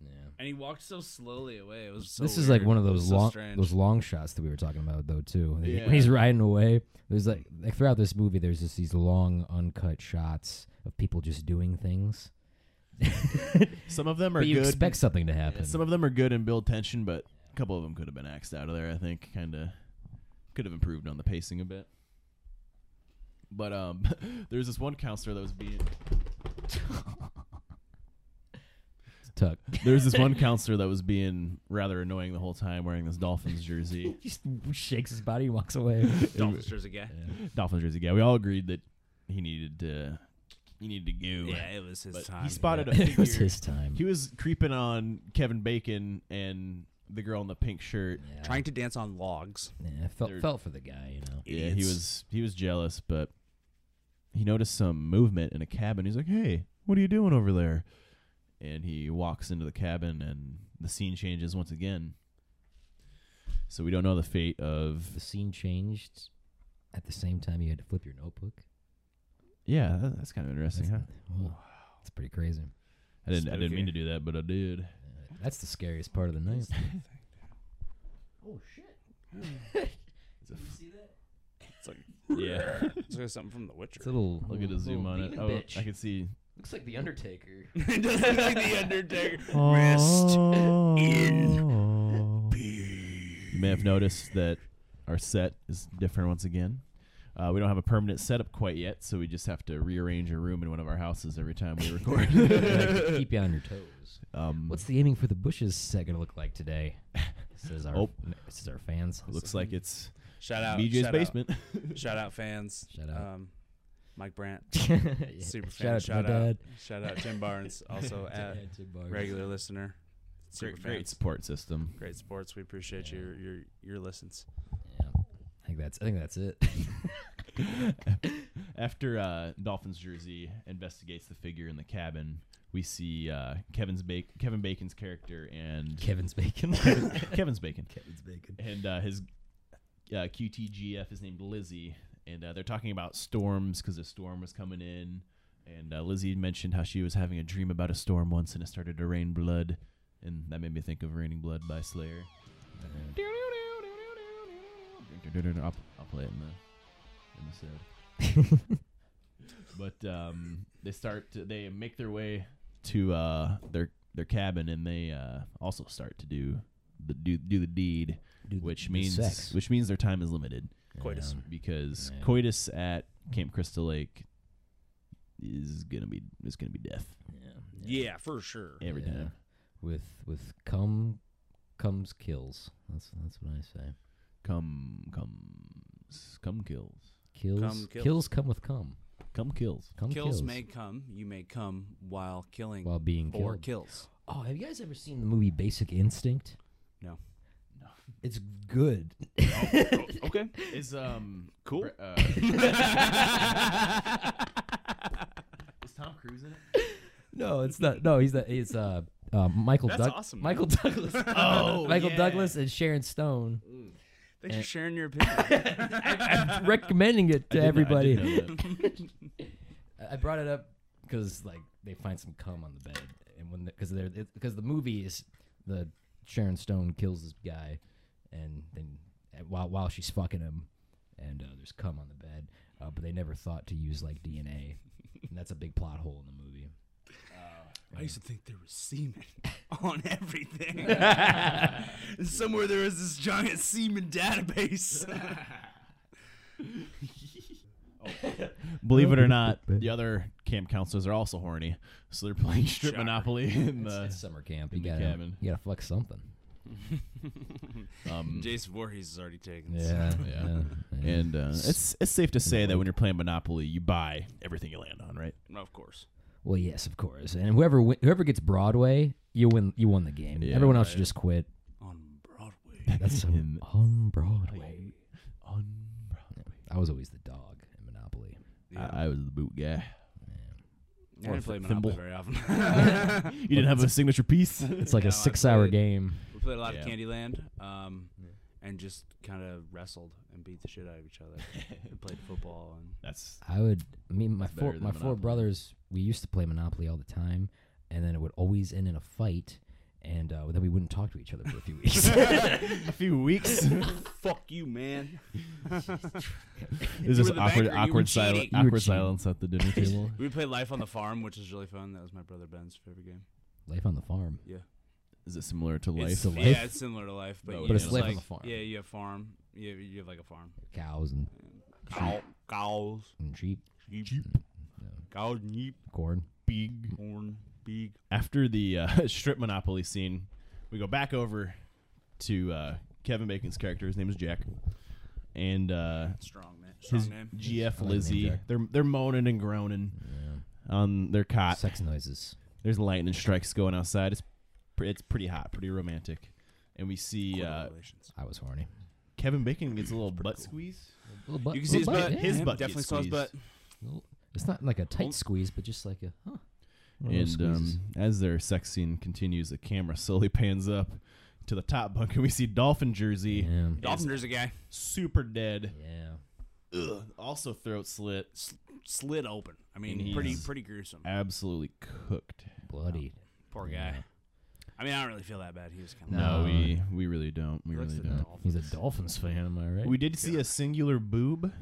Speaker 9: yeah.
Speaker 8: and he walked so slowly away. It was so.
Speaker 9: This is like
Speaker 8: weird.
Speaker 9: one of
Speaker 8: It was
Speaker 9: those
Speaker 8: so
Speaker 9: long
Speaker 8: strange.
Speaker 9: those long shots that we were talking about though too. <laughs> When he-
Speaker 7: Yeah.
Speaker 9: When he's riding away, there's like like throughout this movie, there's just these long uncut shots of people just doing things.
Speaker 7: Some of them are
Speaker 9: But you
Speaker 7: good.
Speaker 9: expect something to happen.
Speaker 7: Some of them are good and build tension, but a couple of them could have been axed out of there. I think kind of could have improved on the pacing a bit. But um, <laughs> there's this one counselor that was being
Speaker 9: Tuck.
Speaker 7: there's
Speaker 8: <laughs>
Speaker 7: this one counselor that was being rather annoying the whole time, wearing this
Speaker 8: <laughs>
Speaker 7: Dolphins jersey.
Speaker 9: He just shakes his body and walks <laughs> away.
Speaker 8: Dolphins jersey guy.
Speaker 7: Dolphins jersey guy. We all agreed that he needed to he needed to go.
Speaker 8: Yeah, it was his
Speaker 7: But
Speaker 8: time.
Speaker 7: he
Speaker 8: <laughs>
Speaker 7: spotted a
Speaker 9: it was
Speaker 7: figure.
Speaker 9: his time.
Speaker 7: He was creeping on Kevin Bacon and the girl in the pink shirt.
Speaker 9: Yeah.
Speaker 8: trying to dance on logs.
Speaker 9: Yeah, I felt
Speaker 7: They're-
Speaker 9: felt for the guy, you know.
Speaker 7: Yeah, he
Speaker 8: Idiots.
Speaker 7: was he was jealous, but he noticed some movement in a cabin. He's like, "Hey, what are you doing over there?" And he walks into the cabin, and the scene changes once again. So we don't know the fate of
Speaker 9: The scene changed at the same time you had to flip your notebook.
Speaker 7: yeah. that- That's kind of interesting. huh?
Speaker 9: Wow, it's pretty crazy.
Speaker 7: I didn't I didn't mean
Speaker 8: Spooky.
Speaker 7: to do that, but I did.
Speaker 9: That's the scariest part of the night.
Speaker 8: It's like
Speaker 7: Yeah.
Speaker 8: it's like something from The
Speaker 9: It's
Speaker 8: Witcher.
Speaker 9: a little
Speaker 7: Look at the zoom
Speaker 9: <laughs>
Speaker 7: on it.
Speaker 10: demon
Speaker 7: Oh,
Speaker 10: bitch.
Speaker 7: I can see.
Speaker 10: Looks like
Speaker 7: <laughs>
Speaker 10: The Undertaker.
Speaker 8: it does look like the Undertaker.
Speaker 7: Oh.
Speaker 8: Rest in
Speaker 7: You may have noticed that our set is different once again. Uh, we don't have a permanent setup quite yet, so we just have to rearrange a room in one of our houses every time we
Speaker 9: <laughs>
Speaker 7: record. <laughs>
Speaker 9: Like, Mm. keep you on your toes.
Speaker 7: um,
Speaker 9: What's the aiming for the bushes set gonna look like <laughs> today? Says our
Speaker 7: Oh.
Speaker 9: says our fans. <laughs>
Speaker 7: looks like it's
Speaker 8: Shout out
Speaker 7: BJ's
Speaker 8: Uh, shout
Speaker 7: basement.
Speaker 8: Out. Shout out fans.
Speaker 9: Shout out.
Speaker 8: Um, Mike
Speaker 9: <laughs>
Speaker 8: Brandt,
Speaker 9: Yeah.
Speaker 8: super fan.
Speaker 9: Shout out to
Speaker 8: Shout
Speaker 9: my
Speaker 8: out,
Speaker 9: dad.
Speaker 8: shout out Tim Barnes, also
Speaker 7: Uh,
Speaker 8: at
Speaker 9: Yeah, <laughs> Tim Barnes.
Speaker 8: regular listener. Super
Speaker 7: <laughs> Great,
Speaker 8: fan.
Speaker 7: great support system.
Speaker 8: Great sports. We appreciate your your your listens.
Speaker 9: Yeah. I think that's I think that's <laughs> it.
Speaker 7: After uh, Dolphins jersey investigates the figure in the cabin, we see uh, Kevin's ba- Kevin Bacon's character and <laughs>
Speaker 9: Kevin's bacon.
Speaker 7: Kevin's Bacon.
Speaker 9: Kevin's bacon.
Speaker 7: and uh, his uh, QTGF is named Lizzie, and uh, they're talking about storms because a storm was coming in, and uh, Lizzie mentioned how she was having a dream about a storm once, and it started to rain blood, and that made me think of "Raining Blood" by Slayer.
Speaker 9: Uh,
Speaker 7: I'll, I'll play it in the episode. but um, they start to, they make their way to uh, their their cabin and they uh, also start to do the do, do the deed which means
Speaker 9: sex.
Speaker 7: which means their time is limited Um,
Speaker 8: Coitus.
Speaker 7: because
Speaker 9: Yeah.
Speaker 7: coitus at Camp Crystal Lake is gonna be is gonna be death
Speaker 8: Yeah, for sure.
Speaker 7: every
Speaker 9: Yeah.
Speaker 7: time.
Speaker 9: With with come comes kills. That's that's what I say.
Speaker 7: Come comes come kills
Speaker 9: Kills
Speaker 8: Come kills.
Speaker 9: kills come with come.
Speaker 7: come kills.
Speaker 9: Come
Speaker 8: Kills may come. You may come while killing
Speaker 9: while being
Speaker 8: or
Speaker 9: killed.
Speaker 8: kills.
Speaker 9: Oh, have you guys ever seen the movie Basic Instinct?
Speaker 8: No.
Speaker 9: It's good.
Speaker 8: Okay.
Speaker 7: Is um
Speaker 8: Cool.
Speaker 7: Br-
Speaker 8: <laughs>
Speaker 7: uh, <laughs> is Tom Cruise in it?
Speaker 9: No, it's not. No, he's the he's uh, uh Michael.
Speaker 8: That's
Speaker 9: Doug-
Speaker 8: awesome, man.
Speaker 9: Michael Douglas.
Speaker 7: <laughs> Oh,
Speaker 9: Michael
Speaker 7: yeah. <laughs>
Speaker 9: Douglas and Sharon Stone.
Speaker 8: Thanks for sharing your
Speaker 9: <laughs>
Speaker 8: opinion.
Speaker 9: recommending it to
Speaker 7: I did not- I
Speaker 9: everybody.
Speaker 7: did know that.
Speaker 9: I brought it up because like they find some cum on the bed, and when because they're because the movie is the Sharon Stone kills this guy, and then and while while she's fucking him, and uh, there's cum on the bed, uh, but they never thought to use like DNA, and that's a big plot hole in the movie.
Speaker 8: I used to think there was
Speaker 9: <laughs>
Speaker 8: semen on everything. and somewhere there is this giant semen database.
Speaker 7: Believe it or not, the other camp counselors are also horny, so they're playing <laughs> strip monopoly in the
Speaker 9: It's summer camp. You
Speaker 7: in the
Speaker 9: gotta
Speaker 7: cabin.
Speaker 9: you gotta fuck something.
Speaker 8: <laughs> Jason Voorhees is already taken. <laughs>
Speaker 9: Yeah,
Speaker 7: um, yeah. And uh, it's it's safe to say that when you're playing Monopoly, you buy everything you land on, right?
Speaker 8: Of course.
Speaker 9: Well, yes, of course. And whoever win, whoever gets Broadway, you win. You won the game.
Speaker 7: Yeah,
Speaker 9: Everyone else should just quit.
Speaker 8: On Broadway.
Speaker 9: That's so on Broadway.
Speaker 7: On Broadway.
Speaker 9: I was always the dog in Monopoly.
Speaker 7: I, I was the boot guy.
Speaker 8: I didn't play
Speaker 7: thimble.
Speaker 8: Monopoly very often. <laughs>
Speaker 9: <laughs>
Speaker 7: You didn't have a signature piece. <laughs>
Speaker 9: It's like a six-hour game.
Speaker 8: we played a lot of
Speaker 7: Yeah.
Speaker 8: Candyland um, and just kind of wrestled and beat the shit out of each other. and played football. and
Speaker 7: That's
Speaker 9: I would. I mean, my
Speaker 7: better
Speaker 9: four
Speaker 7: than
Speaker 9: my four
Speaker 7: Monopoly.
Speaker 9: brothers. We used to play Monopoly all the time, and then it would always end in a fight, and uh, then we wouldn't talk to each other for a few weeks. <laughs>
Speaker 7: a few weeks.
Speaker 8: Fuck you, man.
Speaker 7: There's this
Speaker 8: were the banker,
Speaker 7: awkward,
Speaker 8: you were
Speaker 7: awkward, silence,
Speaker 8: cheating.
Speaker 9: were
Speaker 7: awkward
Speaker 9: cheating.
Speaker 7: silence at the dinner table.
Speaker 8: We played Life on the Farm, which is really fun. That was my brother Ben's favorite game.
Speaker 9: Life on the farm.
Speaker 8: Yeah.
Speaker 7: Is it similar to life?
Speaker 8: It's,
Speaker 9: to life?
Speaker 8: Yeah, it's similar to life, but,
Speaker 7: But
Speaker 8: you
Speaker 7: it's
Speaker 8: just
Speaker 9: life on
Speaker 8: like,
Speaker 9: the farm.
Speaker 8: Yeah, you have farm. You have, you have like a farm.
Speaker 9: Cows and,
Speaker 8: Cow, cows,
Speaker 9: and sheep,
Speaker 8: sheep, cows, sheep,
Speaker 9: corn.
Speaker 7: big
Speaker 8: corn, pig.
Speaker 7: after the uh, <laughs> strip monopoly scene, we go back over to uh, Kevin Bacon's character. His name is Jack, and uh,
Speaker 8: Strong Oh, man. Strong
Speaker 7: his
Speaker 8: name.
Speaker 7: GF Lizzie. they're they're moaning and groaning on their cot.
Speaker 9: Uh, Sex noises.
Speaker 7: There's lightning strikes going outside. It's pre- it's pretty hot, pretty romantic, and we see uh,
Speaker 8: Relations.
Speaker 9: I was horny.
Speaker 7: Kevin Bacon gets a little butt squeeze.
Speaker 9: Little butt-
Speaker 8: You can see his
Speaker 9: little
Speaker 8: butt.
Speaker 9: yeah.
Speaker 7: his
Speaker 8: yeah.
Speaker 7: butt
Speaker 8: Definitely
Speaker 7: gets
Speaker 8: saw his butt.
Speaker 7: squeezed.
Speaker 9: Little- It's not like a tight squeeze, but just like a huh. One of those
Speaker 7: And
Speaker 9: squeezes.
Speaker 7: um, as their sex scene continues, the camera <laughs> slowly pans up to the top bunk, and we see Dolphin Jersey,
Speaker 9: yeah,
Speaker 8: Dolphin, there's a guy.
Speaker 7: super dead,
Speaker 9: yeah.
Speaker 7: also throat slit,
Speaker 8: Slid open. I
Speaker 7: And
Speaker 8: mean,
Speaker 7: he's-
Speaker 8: pretty pretty gruesome.
Speaker 7: absolutely cooked.
Speaker 9: bloody.
Speaker 8: Poor guy. I mean, I don't really feel that bad. He was kind of.
Speaker 7: No,
Speaker 9: No.
Speaker 7: we we really don't. We really don't.
Speaker 9: He's a Dolphins fan, am I right?
Speaker 7: We did see a singular boob.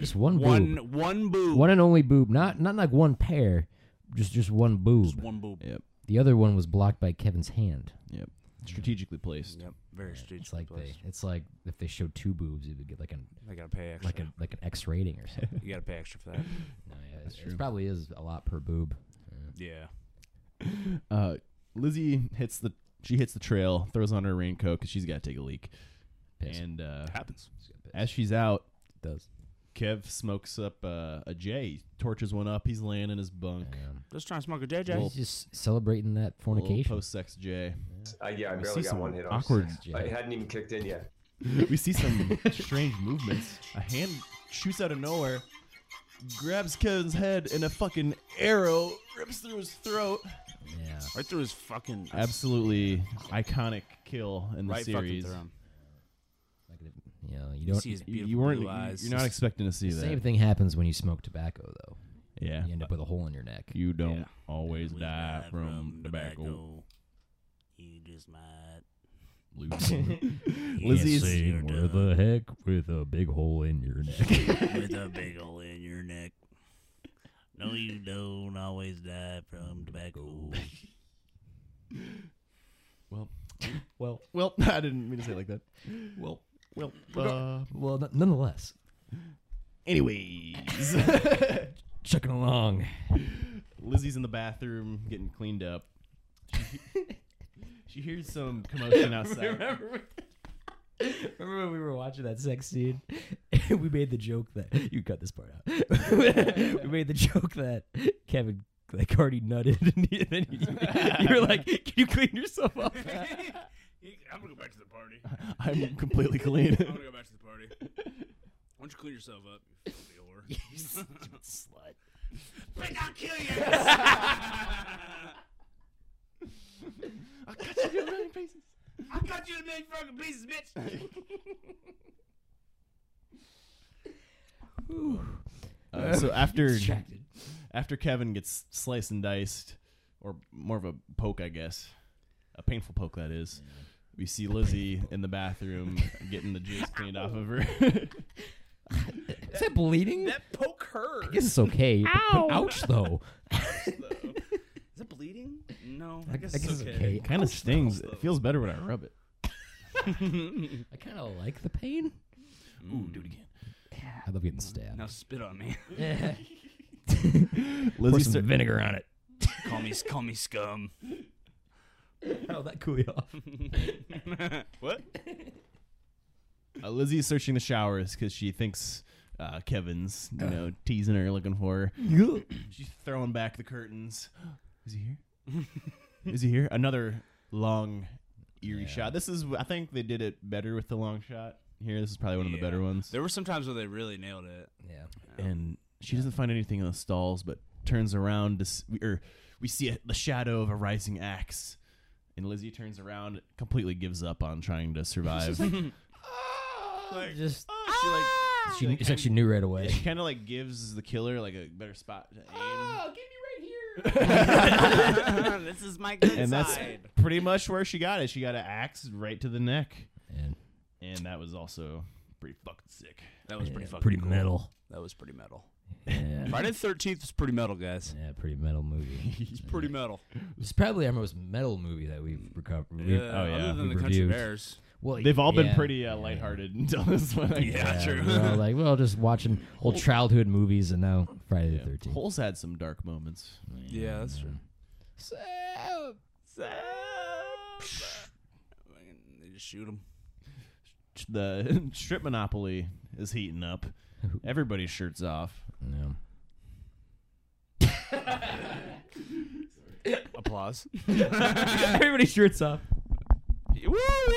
Speaker 9: just one, boob,
Speaker 8: One one boob.
Speaker 9: one and only boob. Not not like one pair, just just one boob.
Speaker 8: One boob.
Speaker 7: Yep,
Speaker 9: The other one was blocked by Kevin's hand.
Speaker 7: yep. Strategically placed.
Speaker 8: Yep. Very
Speaker 9: It's
Speaker 8: strategically
Speaker 9: like they,
Speaker 8: placed.
Speaker 9: it's like if they showed two boobs, it would get like an
Speaker 8: They gotta pay extra.
Speaker 9: like a like an X rating or something.
Speaker 8: <laughs> you gotta pay extra for that.
Speaker 9: no, yeah, it's- it probably is a lot per boob.
Speaker 8: Yeah.
Speaker 7: Uh, Lizzie hits the she hits the trail, throws on her raincoat because she's got to take a leak.
Speaker 9: Piss.
Speaker 7: And uh,
Speaker 8: Happens.
Speaker 7: as she's out,
Speaker 9: It does.
Speaker 7: Kev smokes up uh, a J, torches one up. He's laying in his bunk.
Speaker 8: Just trying to smoke a JJ.
Speaker 9: He's just celebrating that fornication.
Speaker 7: Post sex J.
Speaker 11: Uh, yeah, I
Speaker 7: We see
Speaker 11: barely got
Speaker 7: some
Speaker 11: one hit on.
Speaker 7: awkward.
Speaker 11: Uh, It hadn't even kicked in yet.
Speaker 7: we
Speaker 8: <laughs>
Speaker 7: see some strange movements. A hand shoots out of nowhere, grabs Kevin's head, and a fucking arrow rips through his throat.
Speaker 9: Yeah.
Speaker 8: Right through his fucking
Speaker 7: Absolutely iconic kill in the
Speaker 8: right fucking
Speaker 7: series.
Speaker 8: through him.
Speaker 9: You know, you
Speaker 8: You
Speaker 9: don't.
Speaker 8: see his
Speaker 7: You,
Speaker 8: beautiful
Speaker 7: you weren't.
Speaker 8: blue
Speaker 7: you-
Speaker 8: eyes.
Speaker 7: You're not expecting to see
Speaker 9: the same
Speaker 7: that.
Speaker 9: thing happens when you smoke tobacco, though.
Speaker 7: Yeah.
Speaker 9: You end up with a hole in your neck.
Speaker 7: You don't
Speaker 8: Yeah.
Speaker 7: always die from tobacco.
Speaker 8: You just might.
Speaker 7: Losing. Lizzie's
Speaker 9: where the heck with a big hole in your neck.
Speaker 8: with a <laughs> big hole in your neck. No, you don't always die from <laughs> tobacco.
Speaker 7: well.
Speaker 9: well,
Speaker 7: Well, <laughs> I didn't mean to say it like that.
Speaker 9: well,
Speaker 7: Well, uh,
Speaker 9: well. n- Nonetheless,
Speaker 7: anyways, <laughs>
Speaker 9: chucking along. <laughs>
Speaker 7: Lizzie's in the bathroom getting cleaned up. <laughs> She, she hears some commotion outside.
Speaker 9: Remember when we <laughs> were watching that sex scene? <laughs> we made the joke that you cut this part out. <laughs> we made the joke that Kevin like already nutted, <laughs> and he- then you, you were like, "Can you clean yourself <laughs> up?"
Speaker 8: I'm gonna go back to the party.
Speaker 7: I'm completely clean.
Speaker 8: I'm gonna go back to the <laughs> party. Why don't you clean yourself up, you <laughs> filthy whore?
Speaker 9: Slut.
Speaker 8: Think I'll kill you! I'll cut you in a million pieces, bitch.
Speaker 7: Uh, so after
Speaker 9: Distracted.
Speaker 7: after Kevin gets sliced and diced, or more of a poke, I guess, a painful poke that is. We see Lizzie in the bathroom getting the juice cleaned off of her. <laughs>
Speaker 9: Is that bleeding?
Speaker 12: That poke hurt.
Speaker 9: I guess it's okay. but- but ouch, though.
Speaker 8: Is it bleeding? No,
Speaker 9: I-
Speaker 8: I guess,
Speaker 9: I guess
Speaker 8: it's
Speaker 9: it's
Speaker 8: okay.
Speaker 9: okay.
Speaker 7: kind of stings. It feels better when I rub <laughs> it.
Speaker 9: <laughs> I kind of like the pain.
Speaker 12: Mm.
Speaker 8: Ooh, do it again.
Speaker 9: I love getting stabbed.
Speaker 8: Now spit on me.
Speaker 9: Pour some vinegar on it.
Speaker 8: call me, call me scum.
Speaker 9: Oh, that cool you off.
Speaker 8: what?
Speaker 7: Uh, Lizzie is searching the showers because she thinks uh, Kevin's, you know, teasing her, looking <laughs> for her. <clears throat> She's throwing back the curtains. <gasps> Is he here? <laughs> is he here? Another long, eerie shot. This is, I think they did it better with the long shot here. This is probably one of the better ones.
Speaker 8: There were some times where they really nailed it. <laughs>
Speaker 9: Yeah.
Speaker 7: And she doesn't find anything in the stalls, but turns around to, s- we- or we see a, the shadow of a rising axe. And Lizzie turns around, completely gives up on trying to survive.
Speaker 8: like,
Speaker 9: just
Speaker 12: oh,
Speaker 8: she like
Speaker 9: She,
Speaker 7: <laughs>
Speaker 9: it's like she knew
Speaker 12: <laughs>
Speaker 9: right away.
Speaker 7: She kind of like gives the killer like a better spot to aim.
Speaker 8: Ah,
Speaker 7: Oh,
Speaker 8: this is my good
Speaker 7: and that's
Speaker 8: side.
Speaker 7: pretty much where she got it. She got an axe right to the neck,
Speaker 9: and,
Speaker 7: that was also pretty fucking sick.
Speaker 8: That was pretty
Speaker 9: Yeah,
Speaker 8: fucking
Speaker 9: pretty
Speaker 8: cool.
Speaker 9: metal.
Speaker 8: That was pretty metal.
Speaker 9: <laughs> Yeah.
Speaker 8: Friday the Thirteenth was pretty metal, guys.
Speaker 9: yeah, pretty
Speaker 7: <laughs>
Speaker 9: metal movie.
Speaker 8: It's pretty metal.
Speaker 9: It's probably our most metal movie that we've oh, recovered.
Speaker 8: Yeah, Uh, Other than the Country Bears.
Speaker 9: Well,
Speaker 7: They've all been
Speaker 9: yeah,
Speaker 7: pretty uh,
Speaker 9: yeah.
Speaker 7: lighthearted until <laughs> this one. I
Speaker 8: Yeah,
Speaker 7: guess.
Speaker 8: true.
Speaker 9: We're all like, we're all just watching old childhood movies and now Friday the 13th.
Speaker 7: Hole's had some dark moments.
Speaker 8: <laughs> Yeah, that's true. They just shoot him.
Speaker 7: The <laughs> strip monopoly is heating
Speaker 9: <laughs>
Speaker 7: up. Everybody's shirts off.
Speaker 9: Yeah.
Speaker 8: <laughs> Applause.
Speaker 9: Everybody's shirts off.
Speaker 8: woo, woo,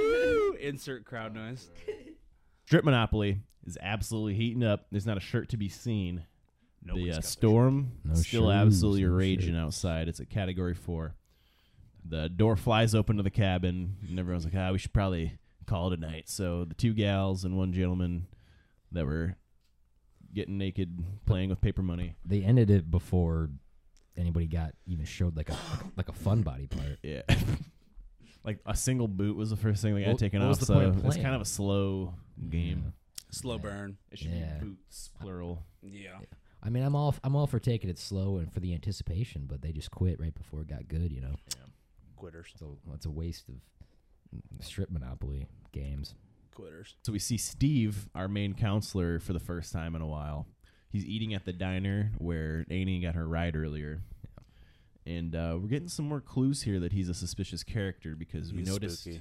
Speaker 8: woo. Insert crowd noise.
Speaker 7: Strip monopoly is absolutely heating up. There's not a shirt to be seen.
Speaker 8: Nobody's
Speaker 7: the uh,
Speaker 8: got their
Speaker 7: storm
Speaker 9: No
Speaker 7: still
Speaker 9: shoes,
Speaker 7: absolutely
Speaker 9: no
Speaker 7: raging
Speaker 9: shirts.
Speaker 7: outside. It's a category four. The door flies open to the cabin, and everyone's like, "Ah, we should probably call it a night." So the two gals and one gentleman that were getting naked, playing with paper money.
Speaker 9: They ended it before anybody got even showed like a like a fun body part.
Speaker 7: Yeah, <laughs> like a single boot was the first thing they got
Speaker 9: What-
Speaker 7: taken
Speaker 9: what was
Speaker 7: off.
Speaker 9: the point
Speaker 7: So
Speaker 9: of
Speaker 7: it's
Speaker 9: playing?
Speaker 7: kind of a slow game.
Speaker 8: Slow burn.
Speaker 7: It should
Speaker 9: Mm, Yeah.
Speaker 7: be boots plural.
Speaker 8: Yeah.
Speaker 9: I mean, I'm all I'm all for taking it slow and for the anticipation, but they just quit right before it got good. You know,
Speaker 8: Quitters.
Speaker 9: so it's a waste of strip monopoly games.
Speaker 8: Quitters.
Speaker 7: So we see Steve, our main counselor, for the first time in a while. He's eating at the diner where Annie got her ride earlier. And uh, we're getting some more clues here that he's a suspicious character because we
Speaker 8: He's
Speaker 7: noticed
Speaker 8: spooky.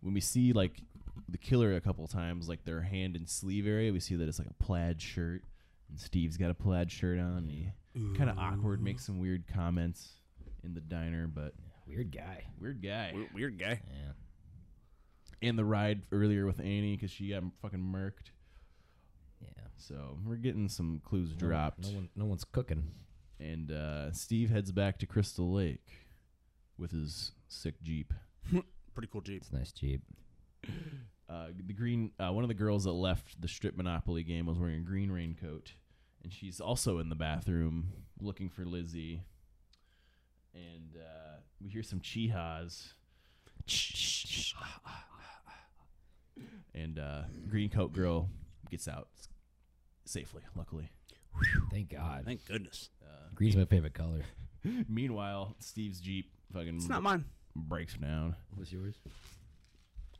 Speaker 7: when we see like the killer a couple times, like their hand and sleeve area, we see that it's like a plaid shirt. And Steve's got a plaid shirt on. He kind of awkward, makes some weird comments in the diner, but
Speaker 9: Weird guy.
Speaker 7: weird guy.
Speaker 8: Weird, weird guy.
Speaker 9: Yeah.
Speaker 7: And the ride earlier with Annie because she got fucking murked.
Speaker 9: Yeah.
Speaker 7: So we're getting some clues dropped,
Speaker 9: No one, no one's cooking.
Speaker 7: and uh, Steve heads back to Crystal Lake with his sick jeep.
Speaker 8: Pretty cool Jeep.
Speaker 9: It's a nice jeep.
Speaker 7: Uh, the green, uh, one of the girls that left the strip monopoly game was wearing a green raincoat, and she's also in the bathroom looking for Lizzie. And uh, we hear some chihas. And uh, green coat girl gets out safely, luckily.
Speaker 9: Thank God.
Speaker 8: Thank goodness.
Speaker 9: Green's my favorite color.
Speaker 7: Meanwhile, Steve's jeep fucking
Speaker 8: It's not mine.
Speaker 7: breaks down.
Speaker 9: What's yours?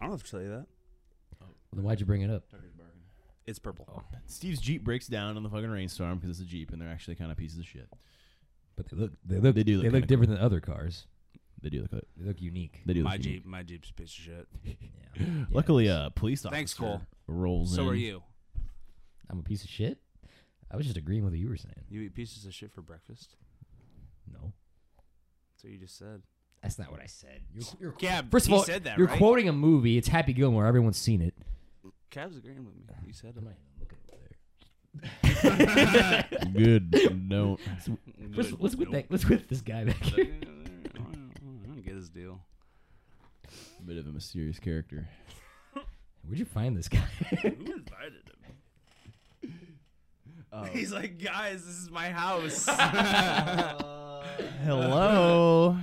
Speaker 8: I don't have to tell you that.
Speaker 9: then why'd you bring it up?
Speaker 8: It's purple.
Speaker 9: Oh.
Speaker 7: Steve's Jeep breaks down in the fucking rainstorm because it's a Jeep and they're actually kind of pieces of shit.
Speaker 9: But they look, they look,
Speaker 7: They do look
Speaker 9: they look
Speaker 7: kinda
Speaker 9: different than other cars.
Speaker 7: They do look.
Speaker 9: They look unique.
Speaker 7: They do.
Speaker 8: my
Speaker 7: look unique.
Speaker 8: Jeep. My Jeep's a piece of shit.
Speaker 9: Yeah.
Speaker 7: Luckily, uh, a police officer
Speaker 8: Thanks, Cole.
Speaker 7: rolls in.
Speaker 8: So are you.
Speaker 9: I'm a piece of shit. I was just agreeing with what you were saying.
Speaker 8: You eat pieces of shit for breakfast.
Speaker 9: No,
Speaker 8: So you just said.
Speaker 9: that's not what I said. You're, you're
Speaker 8: Cab.
Speaker 9: first of
Speaker 8: he
Speaker 9: all,
Speaker 8: said that,
Speaker 9: you're
Speaker 8: right?
Speaker 9: quoting a movie. It's Happy Gilmore. Everyone's seen it.
Speaker 8: Cab's agreeing with me. You said
Speaker 9: I'm
Speaker 8: it.
Speaker 9: not even looking over
Speaker 7: <laughs>
Speaker 9: there.
Speaker 7: Good. No.
Speaker 9: First,
Speaker 8: Good.
Speaker 9: let's whip
Speaker 8: Nope.
Speaker 9: that, let's whip this guy back
Speaker 8: I
Speaker 9: here.
Speaker 8: <laughs> don't get his deal.
Speaker 7: Bit of a mysterious character.
Speaker 9: <laughs> Where'd you find this guy?
Speaker 8: <laughs> Who invited him?
Speaker 7: Oh.
Speaker 8: He's like, guys, this is my <laughs> house. <laughs>
Speaker 7: Hello.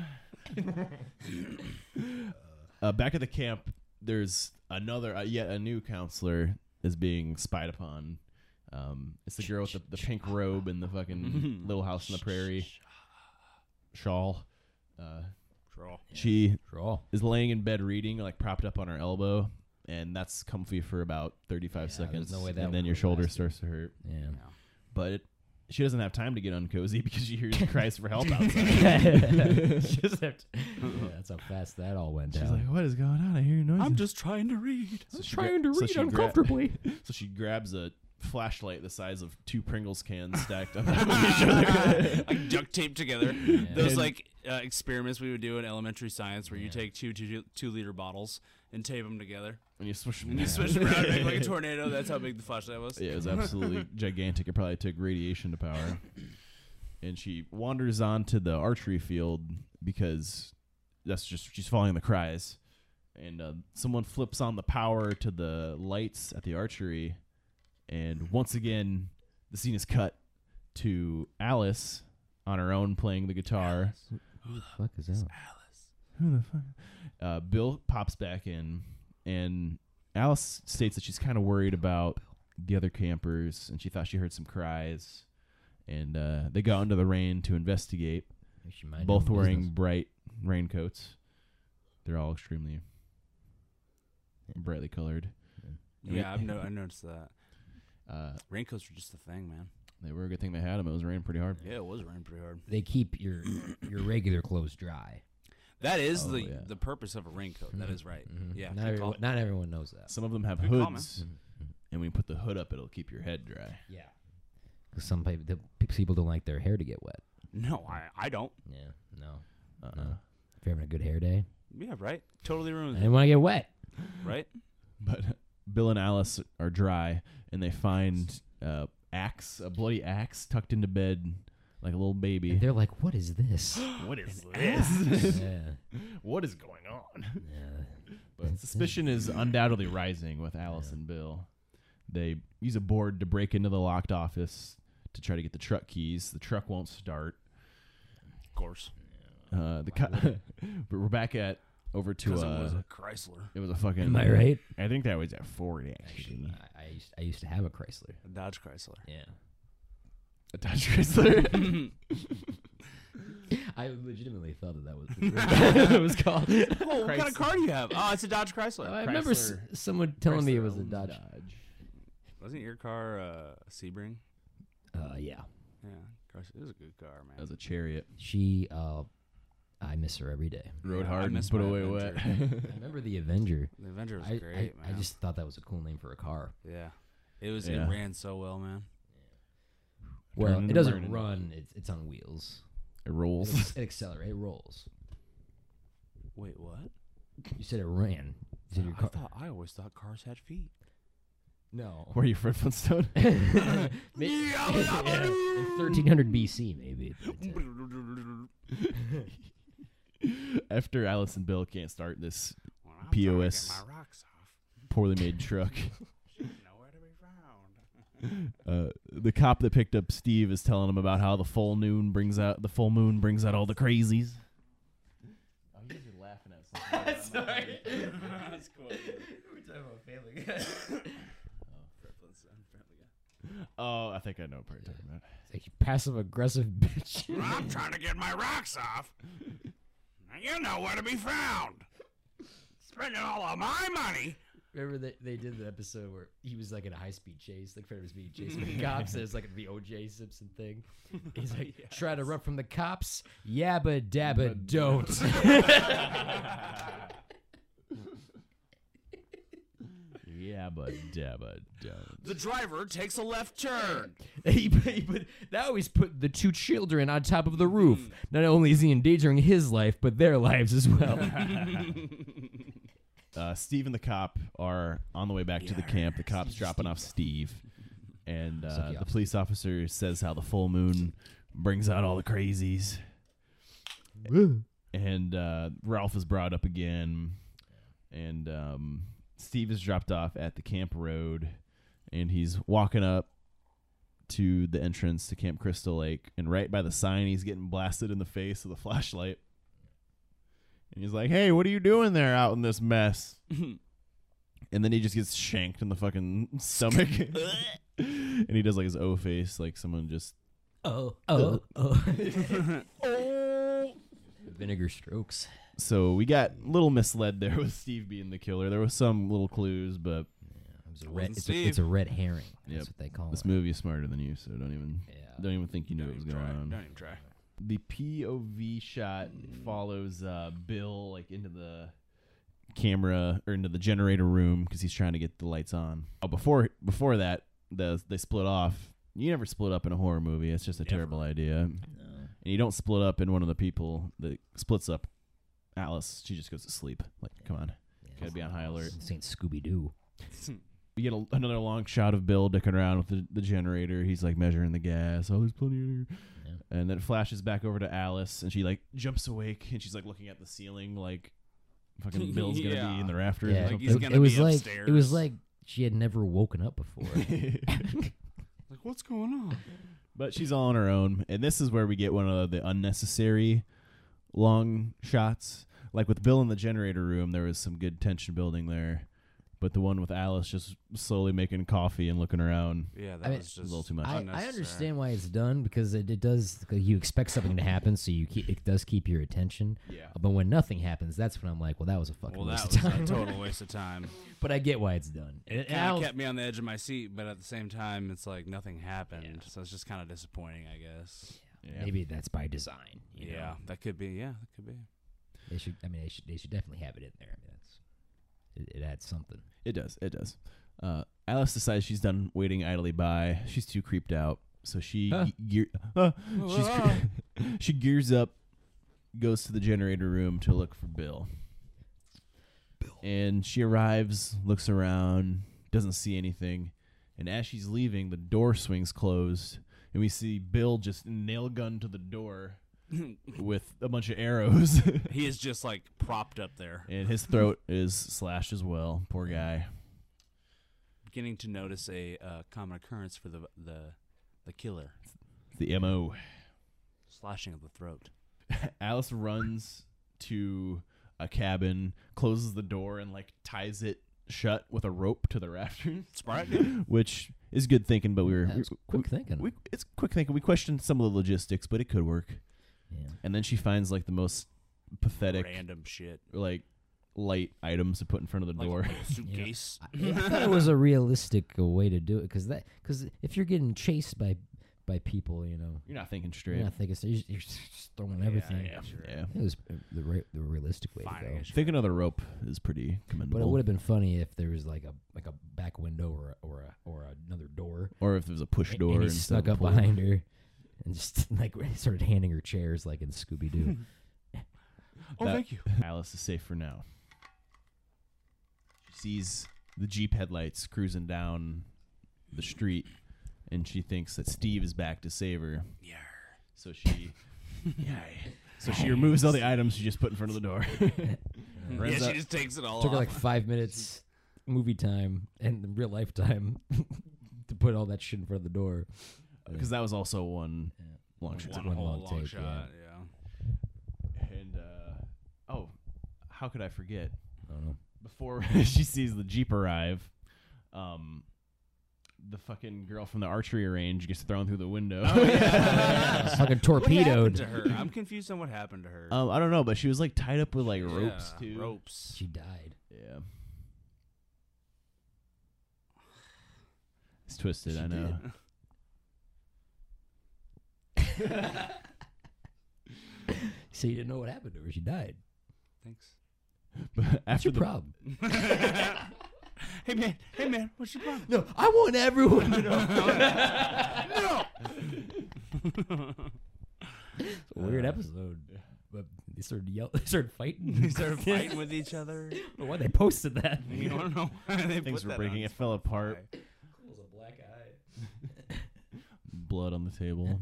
Speaker 7: uh, back at the camp, there's another, uh, yet a new counselor is being spied upon. Um, it's the girl with the, the pink robe and
Speaker 8: <laughs>
Speaker 7: the fucking little house on the prairie shawl. Uh,
Speaker 8: Shawl.
Speaker 7: She
Speaker 9: Shawl.
Speaker 7: is laying in bed reading, like propped up on her elbow, and that's comfy for about 35 seconds.
Speaker 9: no way that
Speaker 7: and then
Speaker 9: would
Speaker 7: your
Speaker 9: last
Speaker 7: shoulder
Speaker 9: it.
Speaker 7: starts to hurt.
Speaker 9: Yeah.
Speaker 7: But it, she doesn't have time to get uncozy <laughs> because she
Speaker 9: <laughs>
Speaker 7: hears cries for help outside.
Speaker 9: She doesn't have to- yeah, that's how fast that all went
Speaker 7: She's
Speaker 9: down.
Speaker 7: like, "What is going on? I hear noises."
Speaker 8: I'm just trying to read.
Speaker 7: So she
Speaker 9: trying to
Speaker 7: so
Speaker 9: read
Speaker 7: she gra-
Speaker 9: uncomfortably.
Speaker 7: <laughs> so she grabs a flashlight the size of two Pringles cans
Speaker 9: <laughs>
Speaker 7: stacked <laughs> on top of each <laughs> other.
Speaker 8: like duct taped together. Those
Speaker 7: And-
Speaker 8: like uh, experiments we would do in elementary science, where you take two two two liter bottles and tape them together.
Speaker 7: and you swish them
Speaker 8: And you switch them around make like a tornado. That's how big the flashlight was. <laughs>
Speaker 7: Yeah, it was absolutely gigantic. It probably took radiation to power. And she wanders onto the archery field because that's just she's following the cries. And uh, someone flips on the power to the lights at the archery, and once again, the scene is cut to Alice on her own playing the guitar.
Speaker 13: fuck is that?
Speaker 7: Who the fuck? Uh, Bill pops back in, and Alice states that she's kind of worried about the other campers, and she thought she heard some cries. And uh, they go into the rain to investigate.
Speaker 9: She minded
Speaker 7: both
Speaker 9: her
Speaker 7: wearing
Speaker 9: business.
Speaker 7: bright raincoats. They're all extremely brightly colored.
Speaker 8: Yeah, I've no- I noticed that.
Speaker 7: Uh,
Speaker 8: Raincoats were just the thing, man.
Speaker 7: they were a good thing they had them. It was raining pretty hard.
Speaker 8: Yeah, it was raining pretty hard.
Speaker 9: They keep your your regular clothes dry.
Speaker 8: That is
Speaker 7: Oh,
Speaker 8: the
Speaker 7: yeah.
Speaker 8: the purpose of a raincoat. That is right. Yeah.
Speaker 9: Not
Speaker 8: good call.
Speaker 9: everyone, not everyone knows that.
Speaker 7: Some of them have
Speaker 8: Good call, man.
Speaker 7: hoods, and when you put the hood up, it'll keep your head dry.
Speaker 9: Yeah. Because some people, the pe- people don't like their hair to get wet. Uh-uh.
Speaker 8: No, I I don't.
Speaker 9: Yeah. No. No. If you're having a good hair day,
Speaker 8: Yeah, right. Totally
Speaker 9: I
Speaker 8: ruins it.
Speaker 9: didn't want to get wet.
Speaker 8: Right.
Speaker 7: <laughs> but Bill and Alice are dry, and they find uh, axe, a bloody axe, tucked into bed like a little baby.
Speaker 9: And they're like, what is <laughs> this?
Speaker 7: What is this?
Speaker 9: yeah.
Speaker 7: <laughs> what is going on? But suspicion is undoubtedly rising with Alice and Bill. They use a board to break into the locked office to try to get the truck keys. The truck won't start.
Speaker 8: Of course.
Speaker 7: Uh, the co- <laughs> but we're back at over to
Speaker 8: Because it was
Speaker 7: uh,
Speaker 8: a Chrysler.
Speaker 7: it was a fucking.
Speaker 9: Am I right?
Speaker 7: I think that was at Ford actually.
Speaker 9: I, I, used, I used to have a Chrysler.
Speaker 8: A Dodge Chrysler.
Speaker 9: Yeah.
Speaker 7: A <laughs> Dodge Chrysler.
Speaker 9: I legitimately thought that that
Speaker 8: <laughs>
Speaker 9: was <laughs> what it was called.
Speaker 8: Oh, what kind of car do you have? Oh, it's a Dodge Chrysler.
Speaker 9: I remember s-
Speaker 7: Chrysler-
Speaker 9: someone telling me it was a
Speaker 7: owns
Speaker 9: Dodge.
Speaker 8: Wasn't your car uh, a Sebring?
Speaker 9: Uh, yeah.
Speaker 8: Yeah, Chrysler. It was a good car, man.
Speaker 7: That was a chariot.
Speaker 9: She, uh, I miss her every day.
Speaker 7: Rode
Speaker 8: Yeah, I
Speaker 7: hard and
Speaker 8: miss
Speaker 7: put
Speaker 8: my
Speaker 7: away wet.
Speaker 8: adventure.
Speaker 7: <laughs>
Speaker 9: I remember the Avenger.
Speaker 8: The Avenger was
Speaker 9: I,
Speaker 8: great,
Speaker 9: I,
Speaker 8: man.
Speaker 9: I just thought that was a cool name for a car.
Speaker 8: yeah, it was.
Speaker 7: Yeah.
Speaker 8: It ran so well, man.
Speaker 9: Well,
Speaker 7: Turning
Speaker 9: it
Speaker 7: and
Speaker 9: doesn't
Speaker 7: burning.
Speaker 9: run. It's it's on wheels.
Speaker 7: It rolls. <laughs>
Speaker 9: It accelerates. It rolls.
Speaker 8: Wait, what?
Speaker 9: You said it ran. You said your
Speaker 8: I
Speaker 9: car-
Speaker 8: thought I always thought cars had feet.
Speaker 9: no.
Speaker 7: Were you Fred Flintstone?
Speaker 9: Yeah, in 1300 BC, maybe. But, uh,
Speaker 7: <laughs> After Alice and Bill can't start this
Speaker 8: Well, I'm trying to get
Speaker 7: POS.
Speaker 8: my rocks off.
Speaker 7: poorly made truck, <laughs>
Speaker 8: Nowhere to be found.
Speaker 7: uh, the cop that picked up Steve is telling him about how the full moon brings out the full moon brings out all the crazies. Oh, you guys are laughing at something.
Speaker 8: <laughs>
Speaker 7: <laughs>
Speaker 8: <laughs>
Speaker 7: Oh, I think I know what you're talking about.
Speaker 9: it's like you passive aggressive <laughs> bitch.
Speaker 11: I'm trying to get my rocks
Speaker 7: <laughs>
Speaker 11: off. Now you know where to be found. Spending all of my money.
Speaker 9: Remember that they did the episode where he was like in a high speed chase, like Fred
Speaker 7: <laughs>
Speaker 9: was being chased by the cops, and it's like the OJ Simpson thing.
Speaker 7: <laughs>
Speaker 9: He's like, try to run from the cops, yabba dabba don't. <laughs>
Speaker 7: Yeah, but uh, dabba don't.
Speaker 8: The driver takes a left turn.
Speaker 9: he, put, he put, now he's put the two children on top of the
Speaker 7: Mm.
Speaker 9: roof. Not only is he endangering his life, but their lives as
Speaker 7: <laughs>
Speaker 9: well. <laughs>
Speaker 7: Uh, Steve and the cop are on the way back to the camp. The cop's dropping off Steve, and uh, the police officer says how the full moon brings out all the crazies. and uh, Ralph is brought up again, and um, Steve is dropped off at the camp road, and he's walking up to the entrance to Camp Crystal Lake, and right by the sign, he's getting blasted in the face with a flashlight. And he's like, "Hey, what are you doing there out in this mess?" and then he just gets shanked in the fucking stomach, and he does like his O face, like someone just
Speaker 9: Oh, oh, oh.
Speaker 7: <laughs> oh.
Speaker 9: Vinegar strokes.
Speaker 7: So we got a little misled there with Steve being the killer. There was some little clues, but
Speaker 9: was a It red- wasn't it's a- it's a Steve. red herring. That's what they call
Speaker 7: this
Speaker 9: it.
Speaker 7: movie is smarter than you, so don't even don't even think you knew what was going
Speaker 8: try.
Speaker 7: on.
Speaker 8: Don't even try.
Speaker 7: The POV shot follows uh, Bill like into the camera or into the generator room because he's trying to get the lights on. Oh, before before that, the, they split off. You never split up in a horror movie. It's just a terrible idea. And you don't split up in one of the people that splits up. Alice, she just goes to sleep. Like, come on, gotta be on high alert.
Speaker 9: This ain't Scooby Doo.
Speaker 7: <laughs> We get a, another long shot of Bill dicking around with the, the generator. He's like measuring the gas. Oh, there's plenty in here. And then it flashes back over to Alice, and she like jumps awake, and she's like looking at the ceiling, like
Speaker 9: <laughs>
Speaker 7: fucking Bill's gonna be in the rafters. or something.
Speaker 9: it, it was like it was like she had never woken up before.
Speaker 7: <laughs>
Speaker 9: <laughs>
Speaker 8: Like, what's going on?
Speaker 7: But she's all on her own, and this is where we get one of the unnecessary long shots. Like with Bill in the generator room, there was some good tension building there. But the one with Alice just slowly making coffee and looking around.
Speaker 8: Yeah,
Speaker 9: I mean,
Speaker 7: a little too much.
Speaker 9: I, I understand why it's done because it, it does. You expect something to happen, so you keep, it does keep your attention.
Speaker 8: Yeah.
Speaker 9: But when nothing happens, that's when I'm like, well, that was a fucking
Speaker 8: Well, that
Speaker 9: waste
Speaker 8: was
Speaker 9: of time. <laughs>
Speaker 8: a total waste of time.
Speaker 9: but I get why it's done.
Speaker 8: It
Speaker 9: And I
Speaker 8: kind
Speaker 9: was-
Speaker 8: of kept me on the edge of my seat, but at the same time, it's like nothing happened, so it's just kind of disappointing, I guess.
Speaker 9: Yeah. Maybe that's by design. you
Speaker 8: yeah,
Speaker 9: know?
Speaker 8: that could be. Yeah, that could be.
Speaker 9: <laughs> They should. I mean, they should. They should definitely have it in there. I mean, that's. It, it adds something.
Speaker 7: It does. It does. Uh, Alice decides she's done waiting idly by. She's too creeped out, so she
Speaker 9: Huh?
Speaker 7: ge- gear, uh, she's cre- <laughs> she gears up, goes to the generator room to look for Bill. And she arrives, looks around, doesn't see anything, and as she's leaving, the door swings closed, and we see Bill just nail gun to the door with a bunch of arrows. <laughs>
Speaker 8: He is just like propped up there,
Speaker 7: and his throat is slashed as well. Poor guy.
Speaker 8: beginning to notice a uh, common occurrence for the the the killer
Speaker 7: The MO.
Speaker 8: slashing of the throat.
Speaker 7: Alice runs to a cabin, closes the door, and like ties it shut with a rope to the rafters.
Speaker 8: Smart, dude.
Speaker 7: <laughs> Which is good thinking, but we were
Speaker 9: That's
Speaker 7: we-
Speaker 9: quick
Speaker 7: we-
Speaker 9: thinking.
Speaker 7: We, it's quick thinking. We questioned some of the logistics, but it could work.
Speaker 9: Yeah.
Speaker 7: And then she finds like the most
Speaker 8: <laughs>
Speaker 7: pathetic,
Speaker 8: Random shit.
Speaker 7: like light items to put in front of the <laughs> door.
Speaker 8: like a suitcase.
Speaker 9: Yeah, I thought it was a realistic uh, way to do it because that because if you're getting chased by by people, you know,
Speaker 7: You're not thinking straight.
Speaker 9: you're not thinking. straight, You're just, you're just throwing everything.
Speaker 7: yeah, sure. Yeah.
Speaker 9: It was uh, the re- the realistic way to go.
Speaker 7: Thinking of the rope is pretty commendable.
Speaker 9: But it would have been funny if there was like a like a back window or a, or a, or another door,
Speaker 7: Or if there was a push
Speaker 9: A-
Speaker 7: door
Speaker 9: and he
Speaker 7: instead
Speaker 9: snuck
Speaker 7: of a
Speaker 9: up
Speaker 7: pull.
Speaker 9: behind her and just <laughs> like started handing her chairs like in
Speaker 8: <laughs>
Speaker 9: Scooby Doo.
Speaker 8: Oh,
Speaker 7: That-
Speaker 8: thank you.
Speaker 7: <laughs> Alice is safe for now. She sees the Jeep headlights cruising down the street, and she thinks that Steve is back to save her. Yeah. So
Speaker 9: <laughs>
Speaker 7: she. yeah. So she removes all the items she just put in front of the door. <laughs>
Speaker 8: Yeah,
Speaker 7: Runs
Speaker 8: she
Speaker 7: up-
Speaker 8: just takes it all
Speaker 9: Took her
Speaker 8: off.
Speaker 9: like five minutes, movie time and real life time, <laughs> to put all that shit in front of the door.
Speaker 7: because that was also one long shot.
Speaker 8: One whole long shot, yeah.
Speaker 7: And uh, oh, how could I forget?
Speaker 9: I don't know.
Speaker 7: Before <laughs> she sees the jeep arrive, um, the fucking girl from the archery range gets thrown through the window.
Speaker 9: Oh,
Speaker 8: <laughs>
Speaker 9: Fucking
Speaker 8: What happened
Speaker 9: torpedoed.
Speaker 8: to her? I'm confused on what happened to her.
Speaker 7: Um, I don't know, but she was like tied up with like ropes
Speaker 8: Yeah, uh,
Speaker 7: too.
Speaker 8: Ropes.
Speaker 9: She died.
Speaker 7: Yeah. It's twisted. I know.
Speaker 9: So you didn't know what happened to her. She died.
Speaker 8: Thanks.
Speaker 7: <laughs> But
Speaker 9: What's
Speaker 7: after
Speaker 9: your
Speaker 7: the
Speaker 9: problem?
Speaker 8: <laughs>
Speaker 9: <laughs>
Speaker 8: Hey man, hey man, what's your
Speaker 7: <laughs>
Speaker 8: problem?
Speaker 9: No, I want everyone to know.
Speaker 8: no.
Speaker 9: Weird episode. But they started yelling. <laughs> They started fighting. <laughs>
Speaker 8: They started fighting with each
Speaker 7: <laughs>
Speaker 8: other.
Speaker 9: But why they posted that?
Speaker 8: You don't know why they
Speaker 7: things
Speaker 8: put
Speaker 7: were
Speaker 8: that
Speaker 7: breaking,
Speaker 8: on.
Speaker 7: it fell apart.
Speaker 9: was a black <laughs> eye.
Speaker 7: Blood on the
Speaker 9: <laughs>
Speaker 7: table.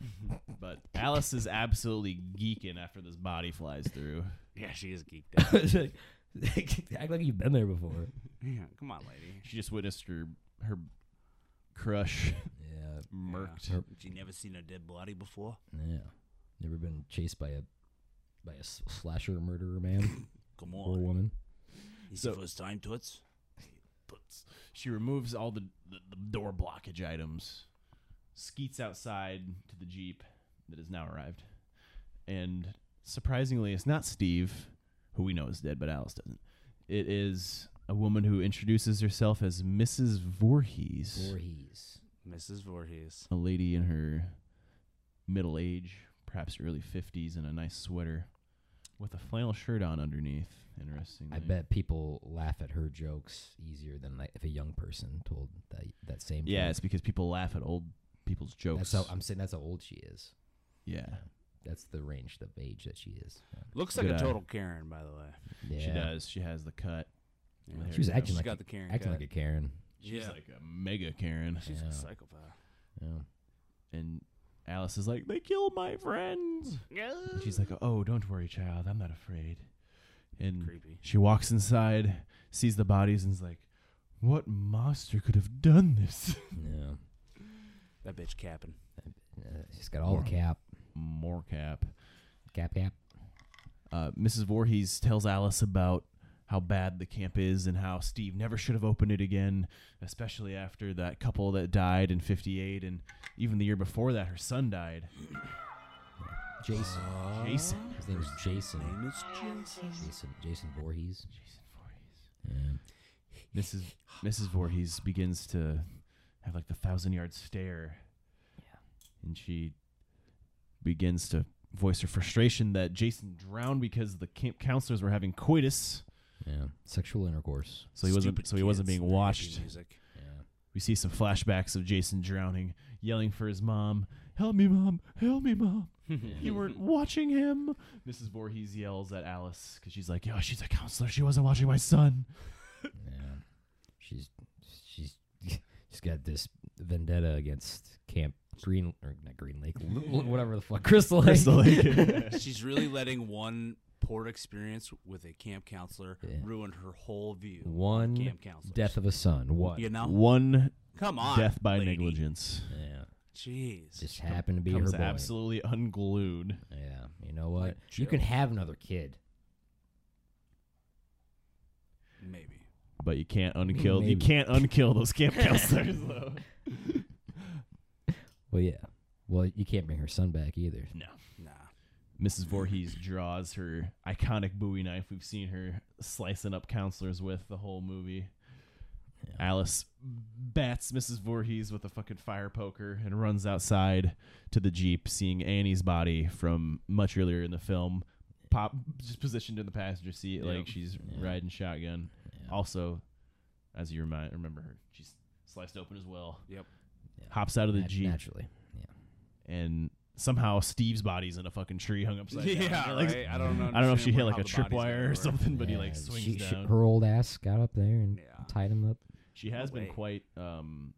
Speaker 7: <laughs> but Alice is absolutely geeking after this body flies through.
Speaker 8: Yeah, she is geeked out. <laughs>
Speaker 9: <laughs> Act like you've been there before.
Speaker 8: yeah, come on, lady.
Speaker 7: She just witnessed her her crush.
Speaker 9: Yeah.
Speaker 7: Murked.
Speaker 8: Yeah. You never seen a dead body before?
Speaker 9: Yeah. Never been chased by a by a s- slasher murderer <laughs> man
Speaker 8: Come
Speaker 9: or
Speaker 8: on.
Speaker 9: woman.
Speaker 8: It's the first time, Toots.
Speaker 7: puts- She removes all the, the, the door blockage items, skeets outside to the Jeep that has now arrived. And surprisingly, it's not Steve, who we know is dead, but Alice doesn't. It is a woman who introduces herself as Mrs. Voorhees,
Speaker 9: Voorhees.
Speaker 8: Mrs. Voorhees.
Speaker 7: a lady in her middle age, perhaps early 50s, in a nice sweater with a flannel shirt on underneath, interestingly.
Speaker 9: I bet people laugh at her jokes easier than like, if a young person told that that same.
Speaker 7: Yeah,
Speaker 9: joke.
Speaker 7: it's because people laugh at old people's jokes.
Speaker 9: that's how I'm saying. That's how old she is.
Speaker 7: yeah.
Speaker 9: That's the range of age that she is.
Speaker 8: Looks like
Speaker 7: Good
Speaker 8: a
Speaker 7: eye.
Speaker 8: total Karen, by the way.
Speaker 9: Yeah.
Speaker 7: She does. She has the cut.
Speaker 8: Yeah.
Speaker 9: She
Speaker 7: There you
Speaker 9: was
Speaker 7: go.
Speaker 9: acting
Speaker 8: She's
Speaker 9: like
Speaker 8: got
Speaker 9: a,
Speaker 8: the Karen
Speaker 9: acting
Speaker 8: cut.
Speaker 9: like a Karen.
Speaker 7: She's
Speaker 8: Yeah.
Speaker 7: like a mega Karen.
Speaker 8: She's
Speaker 9: Yeah.
Speaker 8: a psychopath.
Speaker 9: Yeah.
Speaker 7: And Alice is like, they killed my friends.
Speaker 8: Yeah.
Speaker 7: And she's like, oh, don't worry, child. I'm not afraid. And
Speaker 8: Creepy.
Speaker 7: she walks inside, sees the bodies, and is like, what monster could have done this? <laughs>
Speaker 9: Yeah.
Speaker 8: That bitch capping.
Speaker 9: Uh, she's got all the cap,
Speaker 7: More cap.
Speaker 9: cap, cap.
Speaker 7: Uh, Mrs. Voorhees tells Alice about how bad the camp is and how Steve never should have opened it again, especially after that couple that died in 58 and even the year before that, her son died.
Speaker 9: Jason.
Speaker 7: Jason.
Speaker 9: Uh, His name is Jason.
Speaker 8: Name is Jason.
Speaker 9: Jason. Jason Voorhees.
Speaker 7: Jason Voorhees.
Speaker 9: Yeah.
Speaker 7: Mrs. Mrs. Voorhees begins to have like the thousand yard stare. Yeah. And she begins to voice her frustration that Jason drowned because the camp counselors were having coitus,
Speaker 9: Yeah. Sexual intercourse.
Speaker 7: so he wasn't
Speaker 8: Stupid
Speaker 7: so he wasn't
Speaker 8: kids
Speaker 7: being
Speaker 8: and their hippie
Speaker 7: watched.
Speaker 8: Music.
Speaker 9: Yeah.
Speaker 7: We see some flashbacks of Jason drowning, yelling for his mom, "Help me, mom! Help me, mom! you weren't watching him." Mrs. Voorhees yells at Alice because she's like, "Yo, she's a counselor. She wasn't watching my
Speaker 9: <laughs>
Speaker 7: son."
Speaker 9: Yeah. She's she's she's got this vendetta against Camp Green or not Green Lake, L- whatever the fuck, Crystal Lake.
Speaker 7: Crystal Lake.
Speaker 8: <laughs>
Speaker 7: <laughs>
Speaker 8: She's really letting one poor experience with a camp counselor
Speaker 9: Yeah.
Speaker 8: ruin her whole view. on
Speaker 9: One
Speaker 8: camp counselors.
Speaker 9: death of a son. What?
Speaker 8: You know?
Speaker 7: One
Speaker 8: Come on.
Speaker 7: death by
Speaker 8: lady.
Speaker 7: negligence.
Speaker 9: Yeah.
Speaker 8: Jeez.
Speaker 9: Just happened to be her
Speaker 7: Comes
Speaker 9: boy.
Speaker 7: absolutely unglued.
Speaker 9: Yeah. You know what? You can have another kid.
Speaker 8: Maybe.
Speaker 7: But you can't unkill. You
Speaker 9: Maybe.
Speaker 7: can't unkill those camp counselors. though.
Speaker 9: Well, yeah. Well, you can't bring her son back either.
Speaker 7: No.
Speaker 8: Nah.
Speaker 7: Mrs. Voorhees draws her iconic Bowie knife. We've seen her slicing up counselors with the whole movie. Alice bats Mrs. Voorhees with a fucking fire poker and runs outside to the jeep, seeing Annie's body from much earlier in the film, pop just positioned in the passenger seat like she's riding shotgun. Also, as you remind remember her, she's sliced open as well.
Speaker 8: Yep.
Speaker 7: Hops out of the
Speaker 9: Nat-
Speaker 7: jeep
Speaker 9: Naturally. Yeah.
Speaker 7: and somehow Steve's body's in a fucking tree hung upside down. They're like-
Speaker 8: I don't know.
Speaker 7: I don't know if she hit like a tripwire or something, but he
Speaker 9: Yeah,
Speaker 7: like swings
Speaker 9: she- she-
Speaker 7: down.
Speaker 9: her old ass got up there and
Speaker 8: Yeah.
Speaker 9: tied him up.
Speaker 7: she has
Speaker 8: No
Speaker 7: been
Speaker 8: way.
Speaker 7: quite um,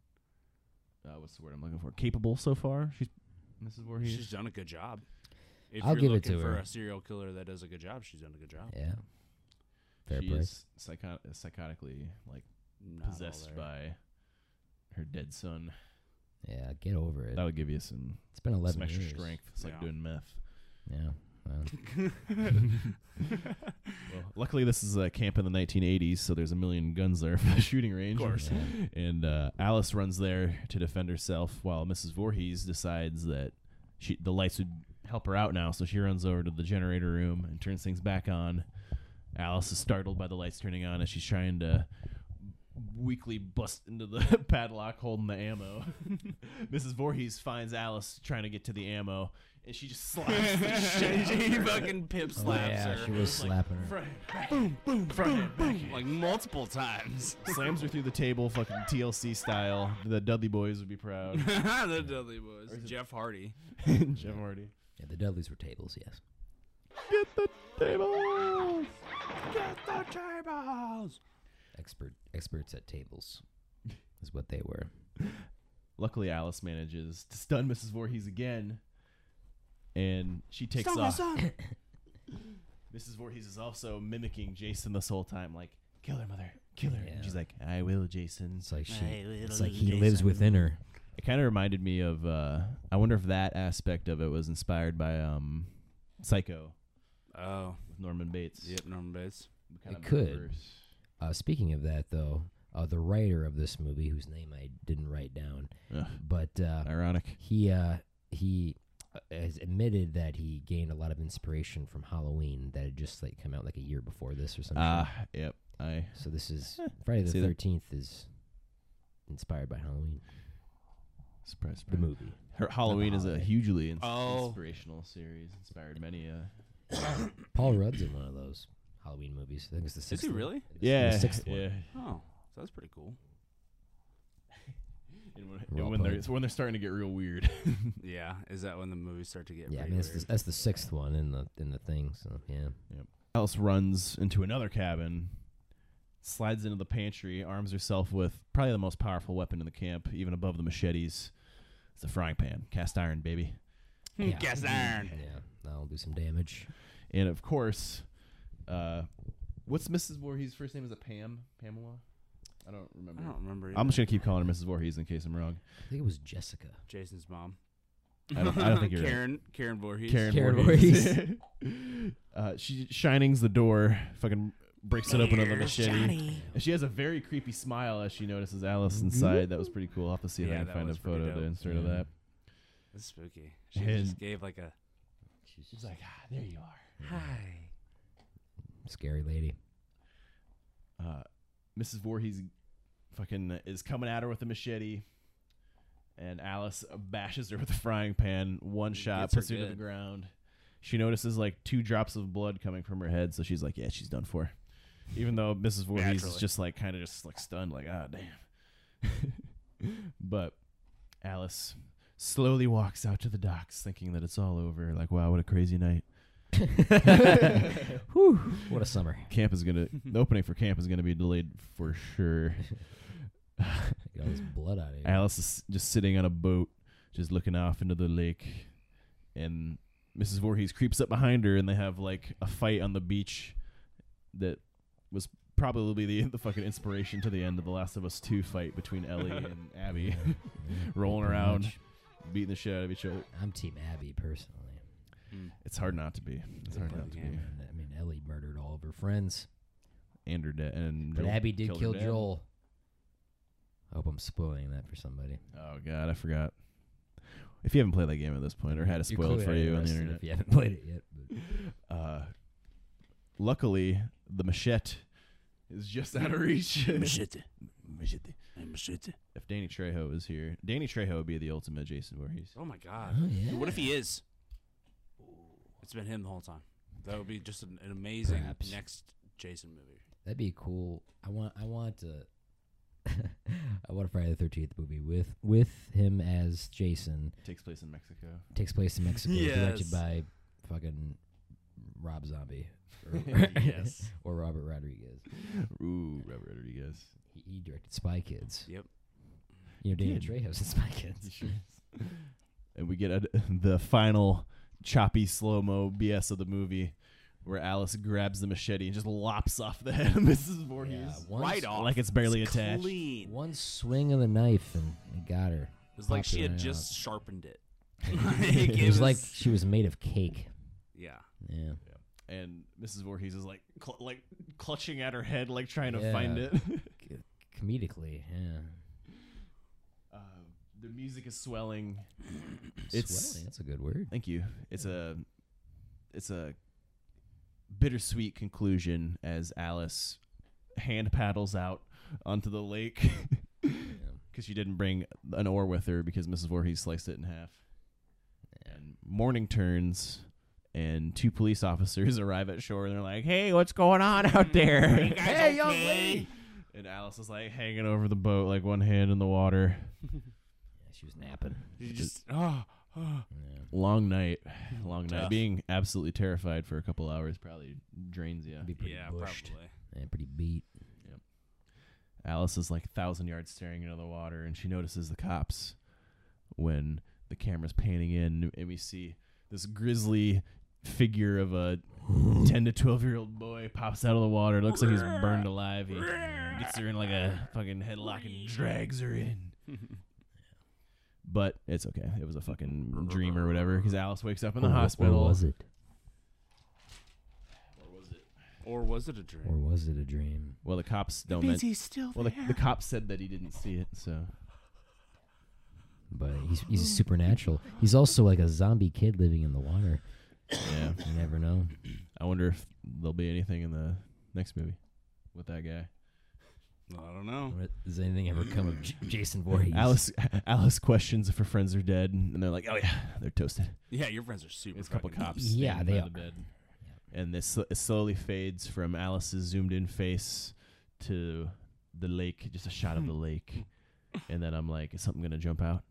Speaker 7: uh, what's the word I'm looking for? Capable so far. She's Mrs. Voorhees.
Speaker 8: She's done a good job. If
Speaker 9: I'll
Speaker 8: you're
Speaker 9: give it
Speaker 8: looking
Speaker 9: to
Speaker 8: for
Speaker 9: her.
Speaker 8: a serial killer that does a good job, she's done a good job.
Speaker 9: Yeah. Fair
Speaker 7: she
Speaker 9: play.
Speaker 7: is psycho- psychotically like
Speaker 8: Not all
Speaker 7: possessed
Speaker 8: there.
Speaker 7: by her dead son.
Speaker 9: Yeah, get over it.
Speaker 7: That would give you some
Speaker 9: It's been 11
Speaker 7: some extra
Speaker 9: years.
Speaker 7: strength. It's like
Speaker 8: Yeah.
Speaker 7: doing meth.
Speaker 9: Yeah. Well,
Speaker 7: Well, luckily, this is a camp in the 1980s, so there's a million guns there <laughs> for the shooting range. Of course. And uh, Alice runs there to defend herself, while Mrs. Voorhees decides that she the lights would help her out now, so she runs over to the generator room and turns things back on. Alice is startled by the lights turning on as she's trying to weakly bust into the <laughs> padlock holding the ammo. <laughs> Mrs. Voorhees finds Alice trying to get to the ammo, and she just <laughs> slaps the shit out of
Speaker 8: she
Speaker 7: her.
Speaker 8: fucking pip slaps
Speaker 9: Oh, yeah,
Speaker 8: her
Speaker 9: she was slapping her.
Speaker 7: Front, back, boom, boom, front, hand, back, hand.
Speaker 8: like multiple times. <laughs>
Speaker 7: slams her through the table, fucking TLC style. The Dudley Boys would
Speaker 8: <laughs>
Speaker 7: be proud.
Speaker 8: the Dudley Boys. Jeff Hardy.
Speaker 7: Jim Hardy.
Speaker 9: Yeah, the Dudleys were tables, yes.
Speaker 7: Get the table.
Speaker 8: Get the tables.
Speaker 9: Expert experts
Speaker 7: <laughs>
Speaker 9: at tables is what they were.
Speaker 7: Luckily, Alice manages to stun Mrs. Voorhees again, and she takes <laughs> off. Mrs. Voorhees is also mimicking Jason this whole time, like kill her, mother, kill her. And she's like, I will, Jason. It's like
Speaker 9: she- I it's will, like he lives Jason. within her.
Speaker 7: It kind of reminded me of. Uh, I wonder if that aspect of it was inspired by um, Psycho.
Speaker 8: Oh,
Speaker 7: Norman Bates.
Speaker 8: Yep, Norman Bates.
Speaker 7: Kinda
Speaker 9: It could.
Speaker 7: remembers-
Speaker 9: Uh, speaking of that, though, uh, the writer of this movie, whose name I didn't write down, but uh,
Speaker 7: ironic,
Speaker 9: he uh, he uh, has admitted that he gained a lot of inspiration from Halloween that had just like come out like a year before this or something.
Speaker 7: Ah, yep. I
Speaker 9: so this is Friday
Speaker 7: See that?
Speaker 9: the Thirteenth is inspired by Halloween.
Speaker 7: Surprise,
Speaker 9: The movie.
Speaker 7: Her Halloween is a hugely ins-
Speaker 8: Oh.
Speaker 7: inspirational series. Inspired many. Uh,
Speaker 9: Paul Rudd's in one of those Halloween movies. I think it's the sixth.
Speaker 8: Is he
Speaker 9: one.
Speaker 8: really?
Speaker 9: It's the
Speaker 7: yeah,
Speaker 9: sixth one.
Speaker 7: yeah.
Speaker 8: Oh, so that's pretty cool.
Speaker 7: And when,
Speaker 9: Role
Speaker 7: and when they're
Speaker 9: play.
Speaker 7: it's when they're starting to get real weird. <laughs>
Speaker 8: Yeah, is that when the movies start to get
Speaker 9: Yeah, I
Speaker 8: pretty
Speaker 9: mean, that's
Speaker 8: weird?
Speaker 9: the, that's the sixth one in the in the thing. So yeah,
Speaker 7: Alice runs into another cabin, slides into the pantry, arms herself with probably the most powerful weapon in the camp, even above the machetes. It's a frying pan, cast iron, baby. Hmm,
Speaker 9: yeah.
Speaker 8: Cast iron.
Speaker 9: yeah, that'll do some damage.
Speaker 7: And of course, uh, what's Mrs. Voorhees' first name? Is it Pam? Pamela? I don't remember.
Speaker 8: I don't remember.
Speaker 7: I'm
Speaker 8: either.
Speaker 7: just gonna keep calling her Mrs. Voorhees in case I'm wrong.
Speaker 9: I think it was Jessica.
Speaker 8: Jason's mom.
Speaker 7: I don't, I don't think you're right.
Speaker 8: Karen. Karen Voorhees.
Speaker 7: Karen,
Speaker 9: Karen
Speaker 7: Voorhees. <laughs> uh, she shinings the door, fucking breaks it open with a machete. And she has a very creepy smile as she notices Alice inside. Mm-hmm. That was pretty cool. I'll have to see if
Speaker 8: Yeah,
Speaker 7: I can
Speaker 8: that
Speaker 7: find a
Speaker 8: was pretty
Speaker 7: photo to
Speaker 8: dope.
Speaker 7: insert of that.
Speaker 8: That's spooky. She
Speaker 7: And-
Speaker 8: just gave like a
Speaker 7: She's like, ah, there you are.
Speaker 8: hi.
Speaker 9: Scary lady.
Speaker 7: Uh, Mrs. Voorhees fucking is coming at her with a machete. And Alice bashes her with a frying pan. One shot,
Speaker 8: gets her
Speaker 7: puts her to the
Speaker 8: good.
Speaker 7: ground. She notices like two drops of blood coming from her head, so she's like, yeah, she's done for. Even though Mrs. Voorhees is
Speaker 8: Naturally.
Speaker 7: just like kind of just like stunned, like, ah, damn. <laughs> but Alice slowly walks out to the docks thinking that it's all over. Like, wow, what a crazy night.
Speaker 9: Whew, what a summer.
Speaker 7: Camp is going to, the opening for camp is going to be delayed for sure.
Speaker 9: Get all
Speaker 7: <gasps>
Speaker 9: this blood out of here.
Speaker 7: Alice is just sitting on a boat, just looking off into the lake. And Mrs. Voorhees creeps up behind her, and they have like a fight on the beach that was probably the, the fucking inspiration to the end of The Last of Us 2 fight between <laughs> Ellie and Abby, rolling
Speaker 9: pretty
Speaker 7: around,
Speaker 9: much.
Speaker 7: beating the shit out of each other.
Speaker 9: I'm Team Abby personally.
Speaker 8: Hmm.
Speaker 7: It's hard not to be. It's hard not to be.
Speaker 9: I mean, Ellie murdered all of her friends,
Speaker 7: And her dad. And
Speaker 9: but
Speaker 7: Joel
Speaker 9: Abby did
Speaker 7: killed her
Speaker 9: kill
Speaker 7: dad.
Speaker 9: Joel. I hope I'm spoiling that for somebody.
Speaker 7: Oh, God, I forgot. If you haven't played that game at this point, or had it
Speaker 9: You're
Speaker 7: spoiled for
Speaker 9: clearly
Speaker 7: you on the
Speaker 9: interested
Speaker 7: internet,
Speaker 9: If you haven't played it yet,
Speaker 7: <laughs>
Speaker 9: but
Speaker 7: uh, luckily the machete is just out of reach.
Speaker 8: Machete.
Speaker 7: Machete.
Speaker 8: Machete.
Speaker 7: If Danny Trejo was here, Danny Trejo would be the ultimate Jason Voorhees.
Speaker 8: Oh my god.
Speaker 9: Oh, yeah.
Speaker 8: What if he is? It's been him the whole time. That would be just an, an amazing
Speaker 9: Perhaps.
Speaker 8: next Jason movie.
Speaker 9: that'd be cool. I want, I want to, <laughs> I want a Friday the Thirteenth movie with with him as Jason.
Speaker 7: Takes place in Mexico.
Speaker 9: Takes place
Speaker 7: <laughs>
Speaker 9: in Mexico, directed
Speaker 8: Yes.
Speaker 9: by fucking
Speaker 7: <laughs>
Speaker 9: Rob Zombie. Or, <laughs> or Robert Rodriguez.
Speaker 7: Ooh, Robert Rodriguez.
Speaker 9: He, he directed Spy Kids.
Speaker 8: Yep.
Speaker 9: You know, Danny
Speaker 7: did.
Speaker 9: Trejo's in Spy Kids.
Speaker 7: <laughs> and we get a, the final choppy slow mo BS of the movie, where Alice grabs the machete and just lops off the head of <laughs> Mrs. Voorhees.
Speaker 9: Yeah, one,
Speaker 8: Right off.
Speaker 7: Like it's barely attached.
Speaker 8: Clean.
Speaker 9: one swing of the knife and it got her.
Speaker 8: It was like
Speaker 9: Popped her
Speaker 8: she had
Speaker 9: right
Speaker 8: just sharpened it. <laughs>
Speaker 9: out.
Speaker 8: Like,
Speaker 9: It was like she was made of cake.
Speaker 8: yeah.
Speaker 9: Yeah.
Speaker 7: And Mrs. Voorhees is like, cl- like clutching at her head, like trying to
Speaker 9: Yeah.
Speaker 7: find it. <laughs>
Speaker 9: C- comedically, yeah.
Speaker 7: Uh, the music is swelling. It's-
Speaker 9: Swelling, that's a good word.
Speaker 7: Thank you. It's a it's a bittersweet conclusion as Alice hand paddles out onto the lake <laughs> because she didn't bring an oar with her because Mrs. Voorhees sliced it in half. And morning turns and two police officers <laughs> arrive at shore and they're like, "Hey, what's going on out there?" <laughs> hey, young lady. And Alice is like hanging over the boat, like one hand in the water.
Speaker 9: Yeah, she was napping.
Speaker 8: You just oh, oh.
Speaker 7: long night <sighs> long night
Speaker 8: Tough.
Speaker 7: being absolutely terrified for a couple hours probably drains you
Speaker 9: Be pretty
Speaker 8: yeah,
Speaker 9: bushed.
Speaker 8: probably.
Speaker 9: Yeah, pretty beat.
Speaker 7: alice is like a thousand yards staring into the water and she notices the cops when the camera's panning in
Speaker 9: <gasps>
Speaker 7: and we see this grisly figure of a 10 to 12 year old boy he pops out of the water. Looks like he's burned alive. He gets her in like a fucking headlock and drags her
Speaker 9: <laughs>
Speaker 7: in. But it's okay. It was a fucking dream or whatever. Because Alice wakes up in the
Speaker 9: Or- or
Speaker 7: hospital.
Speaker 9: was it?
Speaker 8: Or was it a dream?
Speaker 9: Or was it a dream?
Speaker 7: Well, the cops don't.
Speaker 8: means
Speaker 7: men-
Speaker 8: he's still
Speaker 7: well, the,
Speaker 8: there.
Speaker 7: the cops said that he didn't see it. So
Speaker 9: But he's he's a supernatural. He's also like a zombie kid living in the water.
Speaker 7: yeah,
Speaker 9: you never know.
Speaker 7: I wonder if there'll be anything in the next movie with that guy.
Speaker 8: I don't know.
Speaker 9: Does anything ever come of J- Jason Voorhees?
Speaker 7: Alice <laughs> Alice questions if her friends are dead, and they're like, "Oh yeah, they're toasted."
Speaker 8: Yeah, your friends are super.
Speaker 7: There's a couple
Speaker 8: fucking-
Speaker 7: cops.
Speaker 9: Yeah,
Speaker 7: standing
Speaker 9: they
Speaker 7: by
Speaker 9: are.
Speaker 7: The bed. And this sl- it slowly fades from Alice's zoomed-in face to the lake, just a shot
Speaker 8: <laughs>
Speaker 7: of the lake, and then I'm like, "Is something gonna jump out?"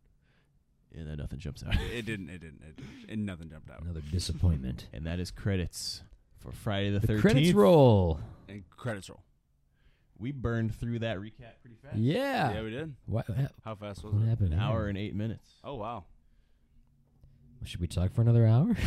Speaker 7: And then nothing jumps out. <laughs>
Speaker 8: It didn't. It didn't. It didn't. And nothing jumped out.
Speaker 9: Another disappointment.
Speaker 7: and that is credits for Friday the
Speaker 9: The
Speaker 7: Thirteenth.
Speaker 9: credits roll.
Speaker 8: And credits roll.
Speaker 7: We burned through that recap pretty fast.
Speaker 9: Yeah.
Speaker 8: Yeah, we did.
Speaker 9: What, what
Speaker 8: How fast was
Speaker 9: what
Speaker 8: it?
Speaker 9: happened?
Speaker 7: An
Speaker 9: here?
Speaker 7: hour and eight minutes.
Speaker 8: Oh wow.
Speaker 9: Should we talk for
Speaker 7: <laughs>
Speaker 9: another hour? <laughs>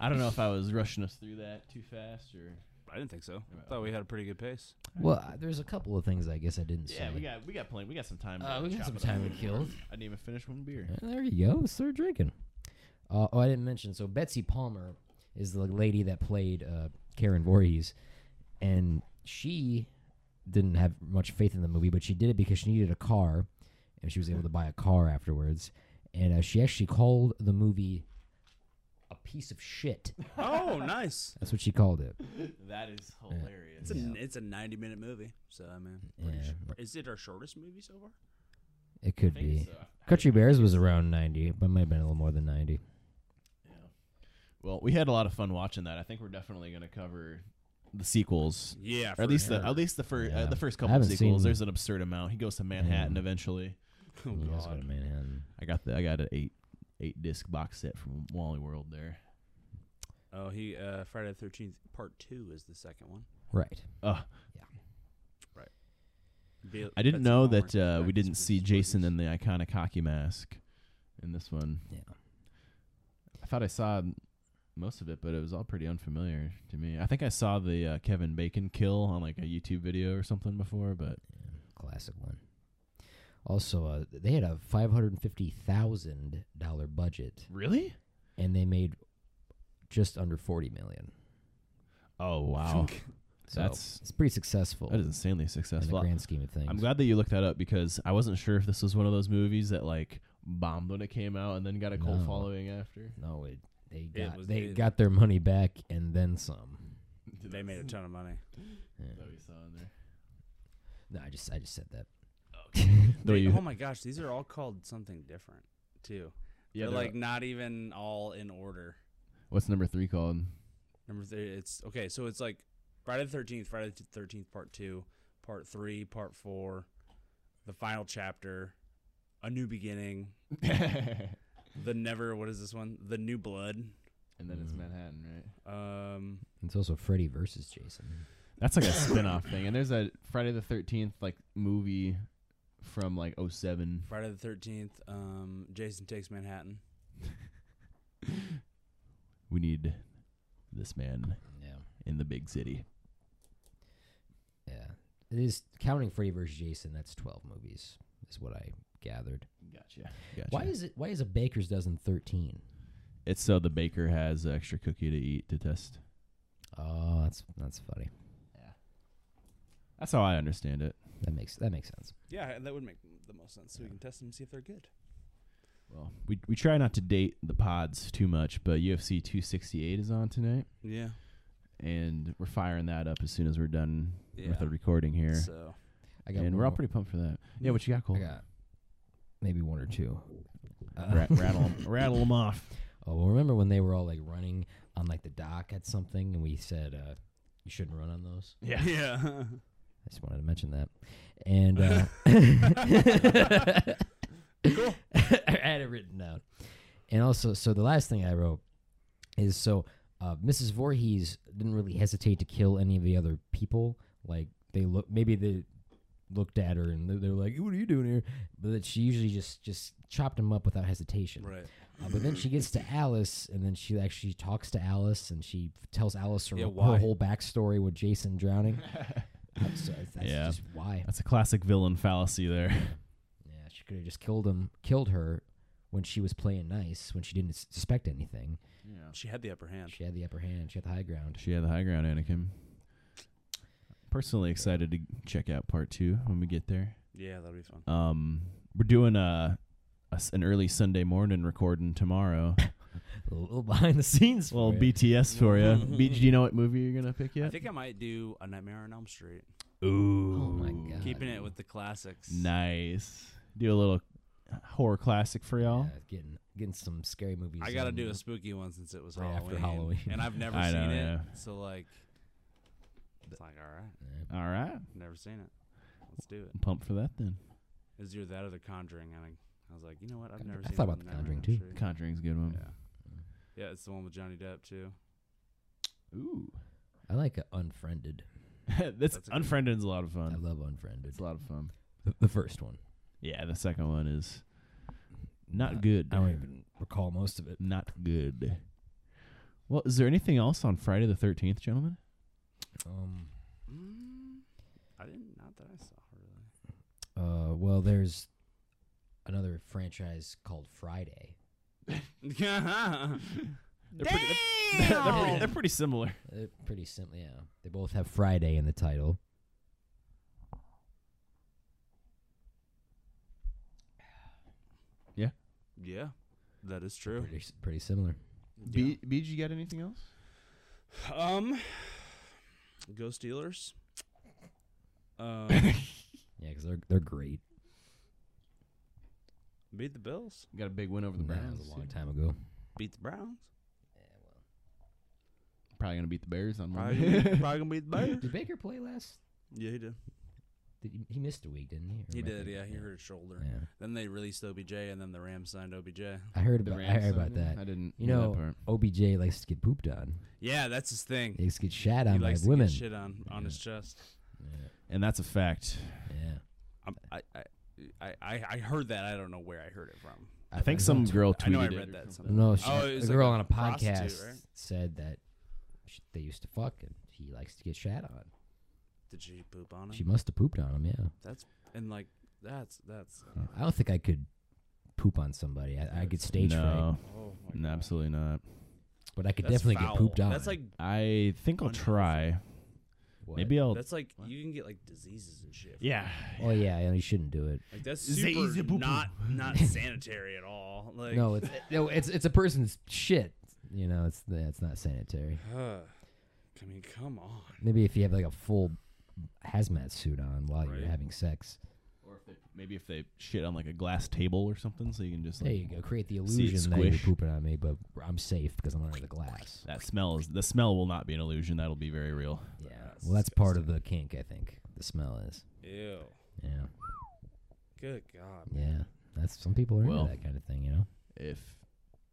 Speaker 7: I don't know if I was rushing us through that too fast or.
Speaker 8: I didn't think so. I thought we had a pretty good pace.
Speaker 9: well, I- there's a couple of things I guess I didn't say.
Speaker 7: Yeah, we got we got plenty. We got some time.
Speaker 14: Uh,
Speaker 7: to
Speaker 14: we got
Speaker 7: chop
Speaker 14: some
Speaker 7: it up.
Speaker 14: time to kill.
Speaker 7: I didn't even finish one beer.
Speaker 9: And there you go. Start drinking. Uh, oh, I didn't mention. So Betsy Palmer is the lady that played uh, Karen Voorhees, and she didn't have much faith in the movie, but she did it because she needed a car, and she was able to buy a car afterwards. And uh, she actually called the movie a piece of shit.
Speaker 8: Oh, nice.
Speaker 9: That's what she called it.
Speaker 7: That is
Speaker 8: It's
Speaker 7: hilarious.
Speaker 8: a it's a ninety minute movie. So I mean, pretty
Speaker 9: Yeah.
Speaker 8: short. is it our shortest movie so far?
Speaker 9: It could be. Country Bears was around ninety, but might have been a little more than ninety.
Speaker 7: Well, we had a lot of fun watching that. I think we're definitely going to cover the sequels.
Speaker 8: Yeah,
Speaker 7: Or
Speaker 8: for
Speaker 7: at least
Speaker 8: sure.
Speaker 7: the at least the first uh,
Speaker 9: Yeah.
Speaker 7: the first
Speaker 9: I
Speaker 7: couple of
Speaker 9: haven't
Speaker 7: sequels.
Speaker 9: seen-
Speaker 7: There's an absurd amount. He goes to Manhattan
Speaker 9: Yeah.
Speaker 7: eventually.
Speaker 8: Oh
Speaker 9: You guys go to
Speaker 8: god.
Speaker 9: Manhattan.
Speaker 7: I got the I got an eight eight disc box set from Wally World there.
Speaker 8: Oh, he uh, Friday the Thirteenth Part Two is the second one.
Speaker 9: Right.
Speaker 7: Uh,
Speaker 8: Be-
Speaker 7: I didn't
Speaker 8: Betsy
Speaker 7: know
Speaker 8: Palmer
Speaker 7: that uh, we
Speaker 8: practice
Speaker 7: didn't
Speaker 8: versus
Speaker 7: see Jason
Speaker 8: Voorhees.
Speaker 7: in the iconic hockey mask in this one.
Speaker 9: Yeah.
Speaker 7: I thought I saw most of it, but it was all pretty unfamiliar to me. I think I saw the uh, Kevin Bacon kill on like a YouTube video or something before, but
Speaker 9: classic one. Also, uh, they had a five hundred and fifty thousand dollar budget,
Speaker 7: really?
Speaker 9: and they made just under forty million.
Speaker 7: Oh wow,
Speaker 9: So
Speaker 7: That's-
Speaker 9: it's pretty successful
Speaker 7: that is insanely
Speaker 9: in the
Speaker 7: successful.
Speaker 9: grand scheme of things.
Speaker 7: I'm glad that you looked that up because I wasn't sure if this was one of those movies that like bombed when it came out and then got a cult
Speaker 9: No.
Speaker 7: following after.
Speaker 9: No, it, they got
Speaker 8: was-
Speaker 9: they
Speaker 8: it-
Speaker 9: got their money back and then some.
Speaker 8: They made a ton of money.
Speaker 7: That we saw in there.
Speaker 9: No, I just I just said that.
Speaker 7: Though
Speaker 8: They-
Speaker 7: you,
Speaker 8: oh my gosh, these are all called something different too.
Speaker 7: Yeah,
Speaker 8: they're
Speaker 7: they're-
Speaker 8: like not even all in order.
Speaker 7: what's number three called?
Speaker 8: Number three, it's okay. So it's like Friday the Thirteenth, Friday the Thirteenth Part Two, Part Three, Part Four, the final chapter, a new beginning,
Speaker 7: and
Speaker 8: the never. What is this one? The new blood.
Speaker 7: then it's Manhattan, right?
Speaker 8: Um,
Speaker 9: It's also Freddy versus Jason.
Speaker 7: That's like a spin-off thing. And there's a Friday the 13th like movie from like 07.
Speaker 8: Friday the Thirteenth. Um, Jason takes Manhattan.
Speaker 7: We need this man
Speaker 9: Yeah,
Speaker 7: in the big city.
Speaker 9: yeah. It is counting Freddy versus Jason. That's twelve movies, is what I gathered.
Speaker 7: Gotcha. gotcha.
Speaker 9: Why is it? Why is a baker's dozen thirteen?
Speaker 7: it's so the baker has an extra cookie to eat to test?
Speaker 9: Oh, that's that's funny.
Speaker 7: That's how I understand it.
Speaker 9: That makes that makes sense.
Speaker 8: Yeah, that would make the most sense. So we can test them and see if they're good.
Speaker 7: Well, we we try not to date the pods too much, but UFC 268 is on tonight,
Speaker 8: Yeah.
Speaker 7: and we're firing that up as soon as we're done
Speaker 8: Yeah.
Speaker 7: with the recording here.
Speaker 8: So
Speaker 9: I got
Speaker 7: and
Speaker 9: one
Speaker 7: we're all
Speaker 9: more-
Speaker 7: pretty pumped for that. Yeah, what you got, Cole?
Speaker 9: I got maybe one or two.
Speaker 7: Ra-
Speaker 9: <laughs>
Speaker 7: rattle 'em- rattle them off.
Speaker 9: Oh, well, remember when they were all like running on like the dock at something, and we said uh, you shouldn't run on those.
Speaker 8: yeah, <laughs> yeah.
Speaker 9: I just wanted to mention that. And uh, <laughs> I had it written down. And also, so the last thing I wrote is so uh, Mrs. Voorhees didn't really hesitate to kill any of the other people. Like they look, maybe they looked at her and they, they were like, "What are you doing here?" But that she usually just just chopped them up without
Speaker 8: <laughs>
Speaker 9: hesitation.
Speaker 8: right.
Speaker 9: Uh, but then she gets to Alice, and then she actually talks to Alice, and she tells Alice her,
Speaker 8: Yeah,
Speaker 9: her
Speaker 8: why?
Speaker 9: whole backstory with
Speaker 8: <laughs>
Speaker 9: Jason drowning. that's that's
Speaker 7: yeah.
Speaker 9: just why.
Speaker 7: That's a classic villain fallacy there.
Speaker 9: Yeah, she could have just killed him, killed her when she was playing nice, when she didn't s- suspect anything.
Speaker 8: She had the upper hand.
Speaker 9: She had the upper hand. She had the high ground.
Speaker 7: She had the high ground, Anakin. Personally excited to check out part two when we get there.
Speaker 8: Yeah, that'll be fun.
Speaker 7: Um, we're doing a, a s- an early Sunday morning recording tomorrow.
Speaker 9: A little <laughs> behind the scenes.
Speaker 7: Well,
Speaker 9: for ya.
Speaker 7: BTS for you. B- do you know what movie you're gonna pick
Speaker 8: I
Speaker 7: yet?
Speaker 8: think I might do a Nightmare on Elm Street,
Speaker 7: Ooh,
Speaker 9: Oh my god.
Speaker 8: keeping it with the classics.
Speaker 7: nice. Do a little horror classic for y'all.
Speaker 9: Yeah, getting getting some scary movies.
Speaker 8: I gotta
Speaker 9: in.
Speaker 8: do a spooky one since it was
Speaker 9: Right
Speaker 8: Halloween,
Speaker 9: after Halloween.
Speaker 8: and
Speaker 9: <laughs>
Speaker 8: I've never
Speaker 7: I
Speaker 8: seen
Speaker 7: know,
Speaker 8: it.
Speaker 7: yeah.
Speaker 8: So like, it's like all right,
Speaker 7: All right,
Speaker 8: never seen it. Let's do it.
Speaker 7: I'm pumped for that then.
Speaker 8: Is either that or The Conjuring? And I, I was like, you know what? I've never
Speaker 9: I
Speaker 8: seen.
Speaker 9: thought about
Speaker 8: The
Speaker 9: The
Speaker 8: Nightmare on
Speaker 9: Conjuring,
Speaker 8: Elm Street.
Speaker 7: Conjuring's a good one.
Speaker 8: Yeah, yeah, it's the one with Johnny Depp too.
Speaker 7: Ooh, <laughs>
Speaker 9: I like uh, Unfriended.
Speaker 7: that's,
Speaker 8: That's a good one.
Speaker 7: Unfriended's a lot of
Speaker 9: I
Speaker 7: fun.
Speaker 9: love Unfriended.
Speaker 7: It's a lot of fun.
Speaker 9: The, the first one.
Speaker 7: Yeah, the second one is not
Speaker 9: Uh,
Speaker 7: good.
Speaker 9: I don't even recall most of it.
Speaker 7: not good. Well, is there anything else on Friday the thirteenth, gentlemen?
Speaker 9: Um.
Speaker 8: Mm, I didn't. Not that I saw really.
Speaker 9: Uh. Well, there's another franchise called Friday.
Speaker 8: Damn. <laughs>
Speaker 7: they're, pretty, they're pretty similar.
Speaker 9: They're Uh, pretty simple. Yeah. They both have Friday in the title.
Speaker 8: yeah, that is true.
Speaker 9: Pretty s- pretty similar.
Speaker 8: Yeah.
Speaker 7: B, you got anything else?
Speaker 8: Um, Ghost Steelers.
Speaker 9: <laughs>
Speaker 8: Um,
Speaker 9: Yeah, because they're they're great.
Speaker 8: beat the Bills.
Speaker 7: Got a big win over the
Speaker 9: That
Speaker 7: Browns.
Speaker 9: was a long time ago.
Speaker 8: Beat the
Speaker 9: <laughs>
Speaker 8: Browns.
Speaker 7: Probably gonna beat the Bears on
Speaker 8: Probably
Speaker 7: Monday. <laughs>
Speaker 8: gonna beat- probably gonna beat the Bears.
Speaker 9: Did Baker play last?
Speaker 8: <laughs> Yeah, he did.
Speaker 9: Did he, he missed a week, didn't he? Or
Speaker 8: He
Speaker 9: am I
Speaker 8: did.
Speaker 9: thinking-
Speaker 8: Yeah, he hurt his shoulder.
Speaker 9: Yeah.
Speaker 8: Then they released OBJ, and then the Rams signed OBJ.
Speaker 9: I heard
Speaker 7: The
Speaker 9: about. I
Speaker 7: Rams
Speaker 9: heard about
Speaker 7: signed him?
Speaker 9: that.
Speaker 7: I didn't.
Speaker 9: You
Speaker 7: hear that
Speaker 9: know,
Speaker 7: part.
Speaker 9: OBJ likes to get pooped on.
Speaker 8: Yeah, that's his thing.
Speaker 9: He likes to get shat
Speaker 8: he
Speaker 9: on by
Speaker 8: likes to
Speaker 9: women.
Speaker 8: get shit on on his chest.
Speaker 7: and that's a fact.
Speaker 9: Yeah.
Speaker 8: I'm, I, I, I, I I heard that. I don't know where I heard it from.
Speaker 7: I think
Speaker 9: I
Speaker 7: some
Speaker 9: don't-
Speaker 7: girl tweeted
Speaker 8: I know I
Speaker 7: it.
Speaker 8: read that somewhere.
Speaker 9: No, she,
Speaker 8: Oh, it
Speaker 9: a
Speaker 8: was like
Speaker 9: girl
Speaker 8: a
Speaker 9: on a
Speaker 8: prostitute,
Speaker 9: podcast
Speaker 8: right?
Speaker 9: said that sh they used to fuck, and he likes to get shat on.
Speaker 8: Did she poop on him?
Speaker 9: She must have pooped on him. Yeah.
Speaker 8: that's and like that's that's.
Speaker 7: Mm.
Speaker 9: I don't think I could poop on somebody. I, I get stage fright,
Speaker 7: No,
Speaker 8: Oh my
Speaker 7: no, absolutely not.
Speaker 9: but I could
Speaker 8: That's
Speaker 9: definitely
Speaker 8: foul.
Speaker 9: get pooped on.
Speaker 8: That's like
Speaker 7: I think I'll
Speaker 8: Unhealthy.
Speaker 7: try.
Speaker 9: What?
Speaker 7: Maybe I'll.
Speaker 8: that's like you can get like diseases and shit. from
Speaker 7: yeah.
Speaker 9: Oh yeah, yeah, you shouldn't do it.
Speaker 8: Like that's
Speaker 7: Zay
Speaker 8: super
Speaker 7: zay boo boo.
Speaker 8: not
Speaker 9: <laughs>
Speaker 8: not sanitary at all. Like
Speaker 9: no, it's <laughs> no, it's it's a person's shit. You know, it's that's not sanitary.
Speaker 8: Huh. I mean, come on.
Speaker 9: Maybe if you have like a full hazmat suit on while
Speaker 8: Right.
Speaker 9: you're having sex,
Speaker 7: Or if they, maybe if they shit on like a glass table or something, so you can just
Speaker 9: there
Speaker 7: like
Speaker 9: you go. Create the
Speaker 7: See it
Speaker 9: illusion that you're
Speaker 7: squish.
Speaker 9: pooping on me, but I'm safe because I'm under the glass.
Speaker 7: That smell is the smell will not be an illusion. That'll be very real.
Speaker 9: Yeah.
Speaker 8: That's
Speaker 9: Well, that's part of the kink, I think. The smell is.
Speaker 8: Ew.
Speaker 9: Yeah.
Speaker 8: Good God.
Speaker 9: Yeah. That's some people are
Speaker 7: Well.
Speaker 9: into that kind of thing, you know.
Speaker 7: If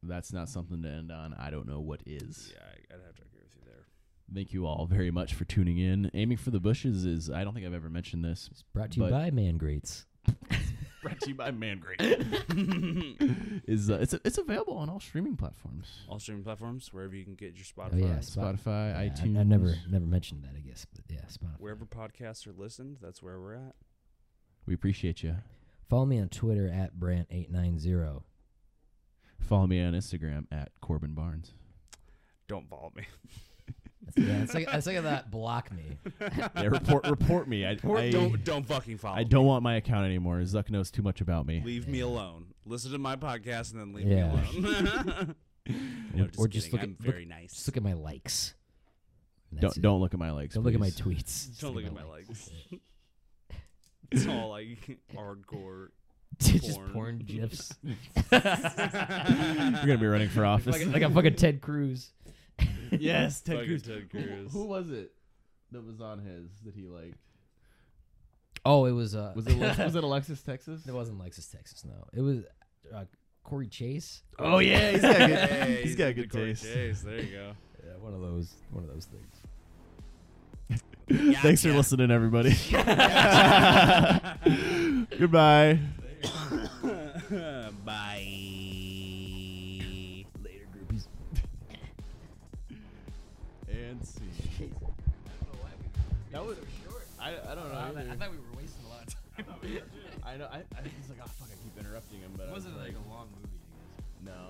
Speaker 7: that's not something to end on, I don't know what is.
Speaker 8: Yeah, I- I'd have to agree with you there.
Speaker 7: Thank you all very much for tuning in. Aiming for the bushes is I don't think I've ever mentioned this.
Speaker 9: It's brought to you
Speaker 7: But-
Speaker 9: by Man Greats. <laughs>
Speaker 7: Brought to you by <laughs> Mangrate. is uh, it's it's available on all streaming platforms.
Speaker 8: All streaming platforms, wherever you can get your Spotify,
Speaker 9: Oh yeah, Spot-
Speaker 7: Spotify,
Speaker 9: yeah, I-
Speaker 7: iTunes.
Speaker 9: I, never never mentioned that, I guess, but yeah, Spotify.
Speaker 8: wherever podcasts are listened, that's where we're at.
Speaker 7: We appreciate you.
Speaker 9: Follow me on Twitter at Brant890.
Speaker 7: Follow me on Instagram at Corbin Barnes.
Speaker 8: Don't follow me.
Speaker 9: That's, yeah, it's like it's like that. Block me.
Speaker 7: <laughs> yeah, report report <laughs> me. I,
Speaker 8: Or
Speaker 7: I,
Speaker 8: don't don't fucking follow.
Speaker 7: I
Speaker 8: me.
Speaker 7: don't want my account anymore. Zuck knows too much about me.
Speaker 8: Leave me alone. Listen to my podcast and then leave
Speaker 9: Yeah.
Speaker 8: me alone. <laughs> No,
Speaker 9: Or- or just
Speaker 8: kidding.
Speaker 9: look at-
Speaker 8: I'm
Speaker 9: look-
Speaker 8: very
Speaker 9: Just
Speaker 8: nice.
Speaker 9: look at my likes. And that's
Speaker 7: Don't
Speaker 9: it.
Speaker 7: don't look at my legs.
Speaker 9: Don't look at my
Speaker 7: please.
Speaker 9: tweets. Just
Speaker 8: Don't look at my legs. <laughs> it's all like <laughs> hardcore.
Speaker 9: <laughs> Just
Speaker 8: Porn.
Speaker 9: porn gifs.
Speaker 8: <laughs>
Speaker 7: <laughs> You're gonna be running <laughs> for office.
Speaker 9: like, like a fucking Ted Cruz.
Speaker 7: yes, Ted
Speaker 8: Fucking
Speaker 7: Cruz.
Speaker 8: Ted
Speaker 7: Who-
Speaker 8: Cruz.
Speaker 7: Who, was it that was on his that he liked?
Speaker 9: Oh, it was uh
Speaker 7: Was it Alex- was it Alexis Texas?
Speaker 9: <laughs> It wasn't Lexus, Texas. No, it was uh, Corey Chase.
Speaker 7: Oh yeah, he's got good,
Speaker 8: <laughs> <laughs> Hey,
Speaker 7: he's got
Speaker 8: into
Speaker 7: good
Speaker 8: Corey
Speaker 7: taste.
Speaker 8: Chase, There you go.
Speaker 9: Yeah, one of those. One of those things.
Speaker 7: Thanks for listening, everybody. <laughs> Goodbye.
Speaker 8: <laughs> Bye.
Speaker 7: and see. That was I, I don't know.
Speaker 10: Wow, that- I
Speaker 7: either.
Speaker 10: thought we were wasting a lot
Speaker 7: <laughs>
Speaker 10: of time.
Speaker 7: I know. I, I was like, oh fuck, I keep interrupting him, but
Speaker 10: It
Speaker 7: I
Speaker 10: wasn't, like, a long
Speaker 7: movie. I guess. No.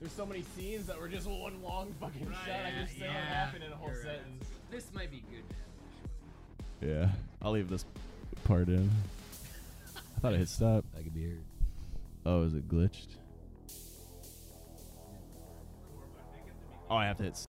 Speaker 7: There's so many scenes that were just one long fucking shot. I
Speaker 10: Yeah,
Speaker 7: just say what
Speaker 10: yeah,
Speaker 7: happened in a whole
Speaker 10: you're right.
Speaker 7: sentence.
Speaker 10: This might be good.
Speaker 15: Yeah. I'll leave this part in. I thought I hit stop.
Speaker 10: I could be heard.
Speaker 15: Oh, is it glitched? Oh, I have to hit